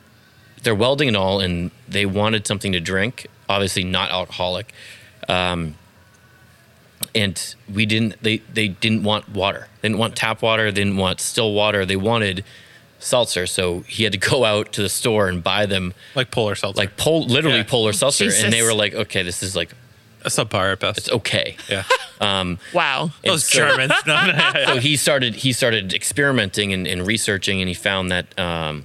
E: they're welding and all, and they wanted something to drink, obviously not alcoholic. Um, and we didn't they they didn't want water. They didn't want tap water, they didn't want still water, they wanted seltzer. So he had to go out to the store and buy them
A: Like polar seltzer.
E: like pol- literally
A: Yeah.
E: polar seltzer. And they
H: Jesus.
E: were like, okay, this is like
A: a subpar at best.
E: it's okay.
A: Yeah.
H: wow.
A: Those
E: so-
A: Germans. No, no, yeah, yeah.
E: so he started he started experimenting and, and researching and he found that um,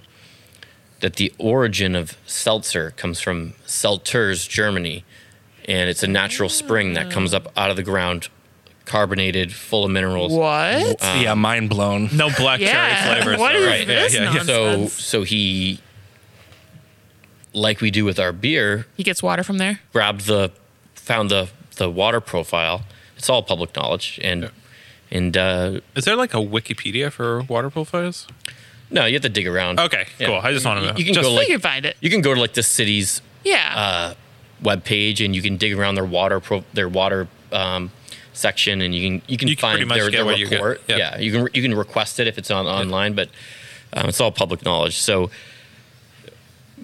E: that the origin of seltzer comes from Selters, Germany, and it's a natural spring that comes up out of the ground, carbonated, full of minerals.
H: What?
E: Uh,
C: yeah, mind blown.
A: no black
H: Yeah.
A: cherry flavors.
H: What
A: though,
H: is
A: right?
H: this
A: yeah, yeah, yeah.
H: nonsense?
E: So so he like we do with our beer,
H: He gets water from there.
E: grabbed the found the the water profile. It's all public knowledge and and uh,
A: Is there like a Wikipedia for water profiles?
E: no, you have to dig around.
A: Okay, cool. I just wanted to know.
E: You can
A: Just-
E: go
H: We
E: like
H: can find it.
E: you uh, can go to like the city's
H: Yeah.
E: webpage and you can dig around their water pro- their water um, section and you can you can,
A: You can pretty
E: find
A: much
E: their,
A: get
E: their
A: what you get.
E: report.
A: Yeah.
E: Yeah, you can you can request it if it's on online, but um, it's all public knowledge. So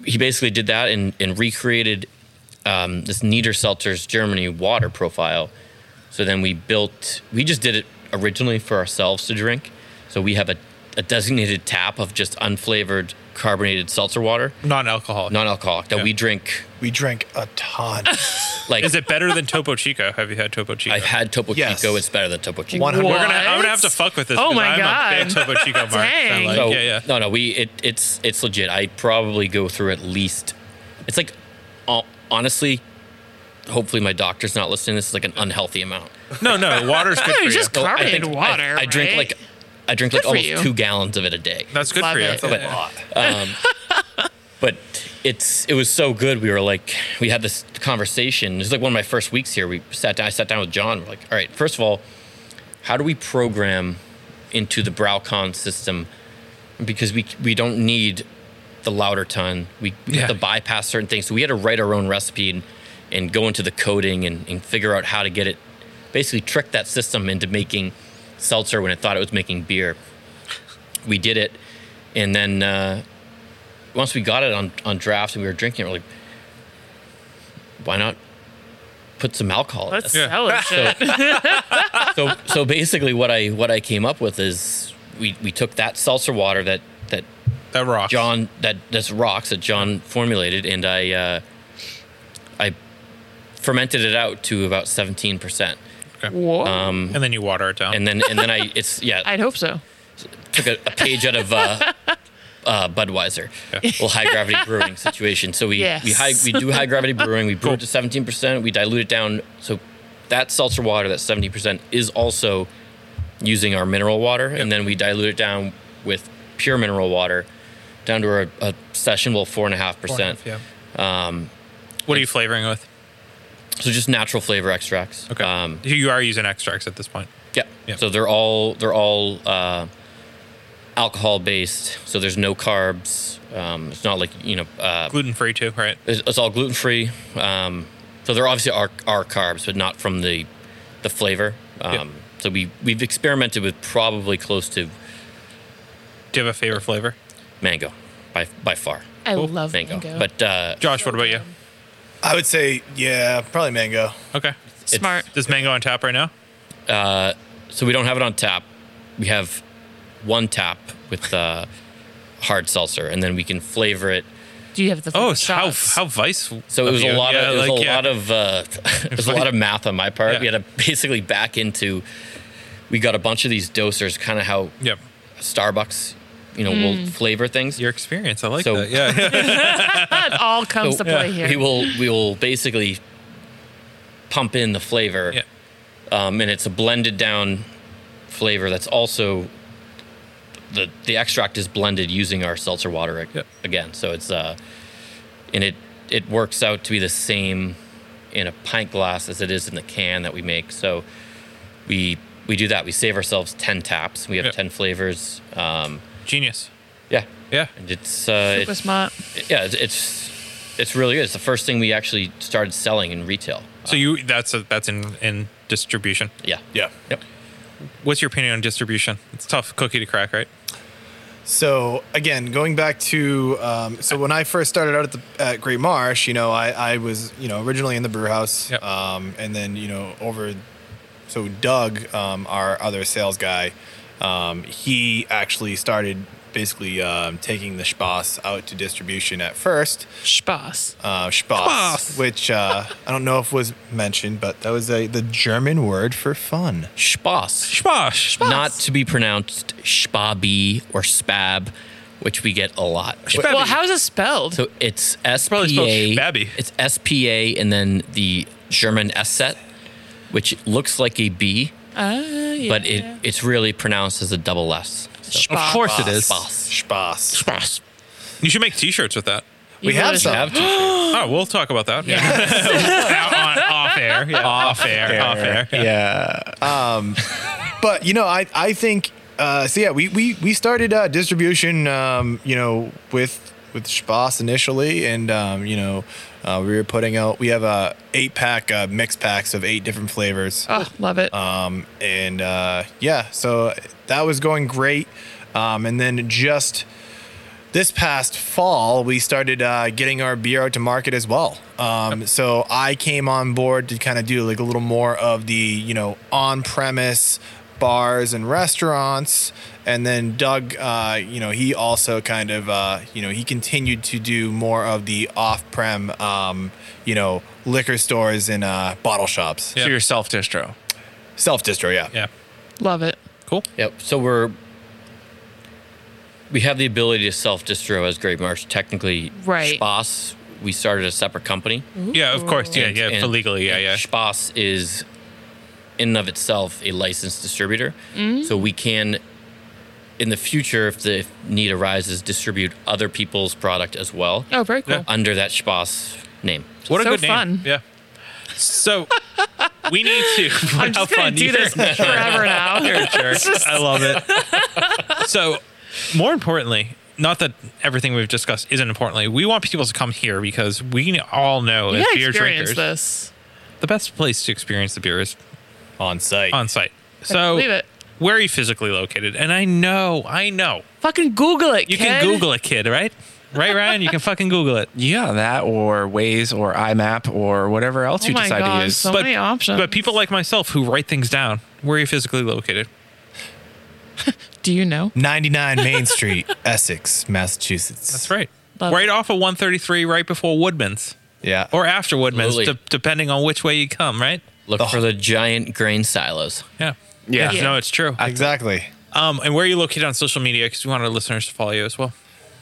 E: he basically did that and and recreated um, this Niederselters Germany water profile. So then we built we just did it originally for ourselves to drink. So we have a a designated tap of just unflavored carbonated seltzer water,
A: non-alcoholic.
E: non-alcoholic, that
A: Yeah.
E: we drink
D: We drank a ton.
E: like
A: is it better than Topo Chico? Have you had Topo Chico?
E: I've had Topo
D: Yes.
E: Chico. It's better than Topo Chico.
D: One hundred.
A: We're gonna, I'm gonna have to
H: What?
A: fuck with this.
H: Oh
A: 'cause
H: my
A: I'm a big
H: God.
A: Topo Chico mark. So,
H: Dang.
A: like,
E: So,
A: yeah, yeah.
E: No, no, we it, it's it's legit. I probably go through at least. It's like, hon- honestly, hopefully my doctor's not listening. This is like an unhealthy amount.
A: No, no, water's good
H: No,
A: for
H: you
A: you.
H: just-
E: So I
H: Carbonated
E: think I-
H: water,
E: I, drink
H: right?
E: like, I drink like
H: Good for
E: almost
H: you.
E: two gallons of it a day.
A: That's good
H: Love
A: for you.
H: it.
A: Yeah, yeah.
E: Um, but it's it was so good. We were like, we had this conversation. It was like one of my first weeks here. We sat down. I sat down with John. We're like, all right, first of all, how do we program into the BrowCon system? Because we we don't need the louder ton. We, we
A: Yeah.
E: have to bypass certain things. So we had to write our own recipe and and go into the coding and, and figure out how to get it. Basically, trick that system into making seltzer when it thought it was making beer. We did it, and then. Uh, once we got it on, on draft and we were drinking it, we're like, why not put some alcohol in
H: Let's
E: this?
H: sell it.
E: So,
H: shit.
E: so so basically what I what I came up with is we, we took that seltzer water that that
A: That rocks.
E: John that that's rocks that John formulated and I uh, I fermented it out to about seventeen percent.
H: Whoa.
E: um,
A: and then you water it down.
E: And then and then I it's yeah
H: I'd hope so.
E: took a, a page out of uh, uh, Budweiser, little high gravity brewing situation. So we we, high,
H: Yes.
E: we do high gravity brewing. We brew it to seventeen percent. We dilute it down. So that seltzer water, that seventeen percent, is also using our mineral water, and then we dilute it down with pure mineral water down to a, a sessionable four and a half percent.
A: Yeah. Um, what are you flavoring with?
E: So just natural flavor extracts.
A: Okay.
E: Um,
A: you are using extracts at this point.
E: Yeah.
A: Yeah.
E: So they're all they're all uh, alcohol based. So there's no carbs. Um, it's not like you know uh,
A: Gluten free too, right?
E: it's, it's all gluten free. Um, so there obviously are are carbs, but not from the the flavor. Um,
A: Yeah.
E: So we we've experimented with probably close to
A: Do you have a favorite flavor?
E: mango by by far.
H: I
A: Oh,
H: love
E: Mango,
H: mango.
E: but uh,
A: Josh, what about you?
D: I would say, yeah, probably mango.
A: Okay.
H: smart.
A: Does mango on tap right now?
E: so we don't have it on tap. We have one tap with uh, hard seltzer, and then we can flavor it
H: Do you have the
A: Oh, how
H: shots?
A: how vice.
E: So it was
A: you.
E: a lot
A: Yeah,
E: of it was
A: like,
E: a
A: yeah.
E: lot of uh, it was a lot of math on my part. We
A: Yeah.
E: had to basically back into. We got a bunch of these dosers, kind of how
A: Yep.
E: Starbucks, you know, will
A: Mm.
E: flavor things.
A: Your experience, I like
E: So-
A: that. Yeah,
H: it all comes
E: So
H: to play
E: We
H: here.
E: Oh, will we will basically pump in the flavor,
A: yeah.
E: um, and it's a blended down flavor that's also the the extract is blended using our seltzer water ag-
A: Yep.
E: again. So it's uh, and it it works out to be the same in a pint glass as it is in the can that we make. So we we do that. We save ourselves ten taps. We have
A: Yep.
E: ten flavors. Um,
A: genius.
E: yeah,
A: Yeah,
E: and it's uh,
H: Super
E: it's-
H: smart.
E: yeah, it's- it's it's really good. It's the first thing we actually started selling in retail.
A: So you that's a, that's in in distribution.
E: Yeah.
D: Yeah.
E: Yep.
A: What's your opinion on distribution? It's tough cookie to crack, right?
D: So again, going back to um, so when I first started out at the at Great Marsh, you know, I, I was you know originally in the brew house,
A: Yep.
D: um, and then you know over. So Doug, um, our other sales guy, um, he actually started basically um, taking the Spass out to distribution at first.
H: Spaß.
D: uh, Spaß, which uh, I don't know if was mentioned, but that was a, the German word for fun.
E: Spaß.
A: Smosh.
E: Not to be pronounced spabi or spab, which we get a lot.
H: Well, how is it spelled?
E: So it's
A: probably spelled
E: SPA.
A: spabby.
E: It's SPA and then the German S set, which looks like a B,
H: Ah, yeah.
E: but it, it's really pronounced as a double S. So,
H: Spaß.
I: Of course it is.
E: Spaß.
D: Spaß.
A: You should make T-shirts with that.
H: You
D: We have
H: noticed
D: some.
E: Have to.
A: Oh, we'll talk about that. Yeah. On- off air. Yeah. Off air. Off air.
D: Yeah. Um, but you know, I I think uh, so. Yeah, we we we started uh, distribution. Um, you know, with with Spass initially, and um, you know, uh, we were putting out. We have a eight pack uh, mix packs of eight different flavors.
H: Oh, love
A: Uh,
H: it.
D: Um, and uh, yeah, so that was going great. Um, and then just this past fall, we started uh, getting our beer out to market as well. Um, So I came on board to kind of do like a little more of the you know on premise bars and restaurants. And then Doug, uh, you know, he also kind of, uh, you know, he continued to do more of the off-prem, um, you know, liquor stores and uh, bottle shops.
A: Yeah.
C: So your self distro.
D: Self distro, yeah.
A: Yeah.
H: love it.
A: Cool.
E: Yep. So we're we have the ability to self distro as Great Marsh. Technically,
H: Right. Mm-hmm.
E: Spass. We started a separate company.
A: Yeah. Of course. Yeah. Yeah.
E: And-
A: for legally. Yeah.
E: and
A: Yeah.
E: Spass is in and of itself a licensed distributor,
H: Mm-hmm.
E: so we can. In the future, if the if need arises, distribute other people's product as well
H: Oh, very cool.
E: under that Spass name.
A: What a
H: So
A: good name.
H: fun.
A: Yeah. So we need to.
H: I'm
A: How
H: just gonna
A: fun.
H: do
A: You're-
H: this forever now.
A: You're a jerk. I love it. So, more importantly, not that everything we've discussed isn't importantly, we want people to come here because we all know
H: You
A: as
H: gotta
A: beer
H: experience
A: drinkers,
H: this.
A: the best place to experience the beer is
D: on site.
A: on site. So,
H: believe it.
A: where are you physically located? And I know, I know,
H: Fucking Google it.
A: you can
H: kid.
A: Google it, kid, right? Right, Ryan? You can fucking Google it.
C: Yeah, that or Waze or iMap or whatever else
H: Oh
C: you
H: my
C: decide
H: God,
C: to use.
H: so- many options.
A: But people like myself who write things down, where are you physically located?
H: Do you know?
D: 99 Main Street, Essex, Massachusetts.
A: That's right.
H: Love
A: right
H: it.
A: off of 133, right before Woodman's
D: Yeah. uh,
A: or after Woodman's,
E: Absolutely.
A: de- depending on which way you come, right?
E: Look for the giant grain silos.
A: Yeah.
C: Yeah.
A: No, it's true.
D: exactly.
A: Um, and where are you located on social media? Because we want our listeners to follow you as well.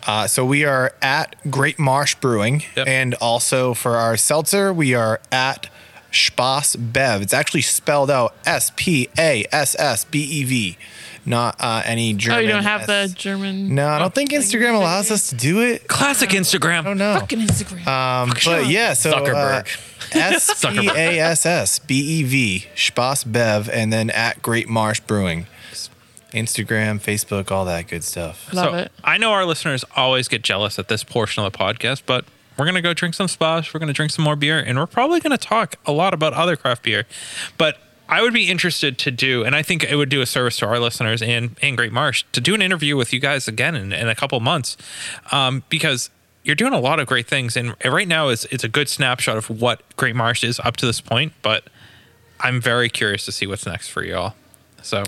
D: Uh, so we are at Great Marsh Brewing.
A: Yep.
D: And also for our seltzer, we are at Spass Bev. It's actually spelled out S P A S S B E V, not uh, any German.
H: Oh, you don't have
D: S.
H: the Oh, German.
D: No, I don't think Instagram allows us to do it.
A: Classic Instagram.
D: I don't know.
H: Fucking Instagram.
A: Uh,
D: Um, but yeah, so
E: Zuckerberg.
D: S P A S S B E V Spass Bev, and then at Great Marsh Brewing, Instagram, Facebook, all that good stuff.
H: Love
A: so
H: it.
A: I know our listeners always get jealous at this portion of the podcast, but we're gonna go drink some splash. We're gonna drink some more beer, and we're probably gonna talk a lot about other craft beer. But I would be interested to do, and I think it would do a service to our listeners and and Great Marsh to do an interview with you guys again in, in a couple months, um, because you're doing a lot of great things, and right now is it's a good snapshot of what Great Marsh is up to this point. But I'm very curious to see what's next for y'all. So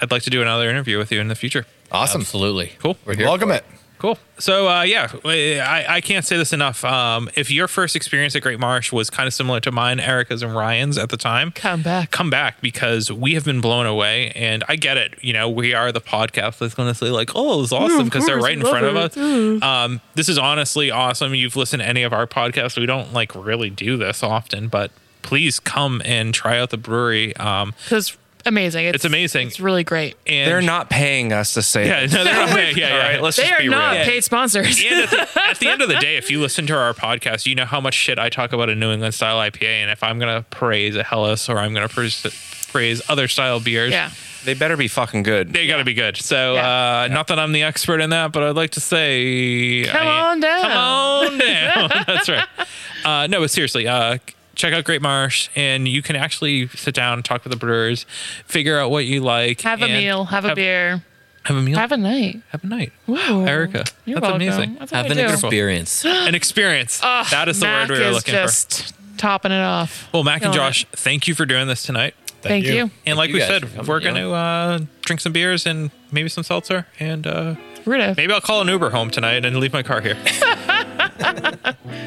A: I'd like to do another interview with you in the future.
D: Awesome.
E: Absolutely.
A: Cool.
E: We're here
D: Welcome
E: for
D: it.
A: Cool. So uh, yeah, I, I can't say this enough. Um, if your first experience at Great Marsh was kind of similar to mine, Erica's and Ryan's at the time,
H: Come back.
A: come back because we have been blown away. And I get it. You know, we are the podcast that's going to say like, "Oh, it was awesome," because they're
H: course,
A: right in
H: love
A: front of
H: it. Mm.
A: us. Um, this is honestly awesome. You've listened to any of our podcasts. We don't like really do this often, but please come and try out the brewery. Um,
H: Because amazing. It's,
A: amazing.
H: It's really great.
A: and
C: They're not paying us to say
A: Yeah,
C: this.
A: no, they're not. Yeah, yeah,
C: All
A: yeah.
C: right, let's
H: They
C: just
H: are
C: be
H: not
C: real.
H: paid sponsors.
A: and at the, at the end of the day, if you listen to our podcast, you know how much shit I talk about a New England style IPA. And if I'm going to praise a Hellas or I'm going to praise, praise other style beers,
H: yeah.
C: They better be fucking good.
A: they got to be good. So,
H: Yeah.
A: uh, not that I'm the expert in that, but I'd like to say.
H: Come
A: I-
H: on down.
A: Come on down. That's right. Uh, no, but seriously, uh, check out Great Marsh and you can actually sit down, talk with the brewers, figure out what you like.
H: Have a
A: and
H: meal. Have, a beer.
A: Have a meal.
H: Have a night.
A: have a night.
H: Wow.
A: Erica,
H: You're
A: that's
H: welcome.
A: amazing.
H: That's what
E: Have
H: I
E: an
H: do.
E: experience.
A: An experience.
H: Ugh,
A: that is the
H: Mac
A: word we were
H: is
A: looking for.
H: just topping it off.
A: Well, Mac and
H: Killing
A: Josh,
H: it.
A: thank you for doing this tonight.
H: Thank, you.
A: And like
E: you
A: we
E: guys for
A: said,
E: coming,
A: we're
E: yeah.
A: going to uh, drink some beers and maybe some seltzer. And uh,
H: We're gonna
A: maybe I'll call an Uber home tonight and leave my car here.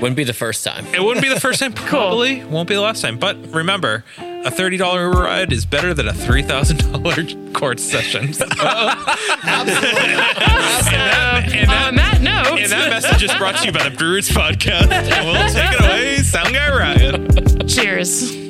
E: Wouldn't be the first time.
A: it wouldn't be the first time, probably. Won't be the last time. But remember, a $30 Uber ride is better than a $3,000 court session. Absolutely. and that,
H: On
A: and
H: that
A: that,
H: note,
A: and that message is brought to you by the Brewers Podcast. And we'll take it away, Sound Guy Ryan.
H: cheers.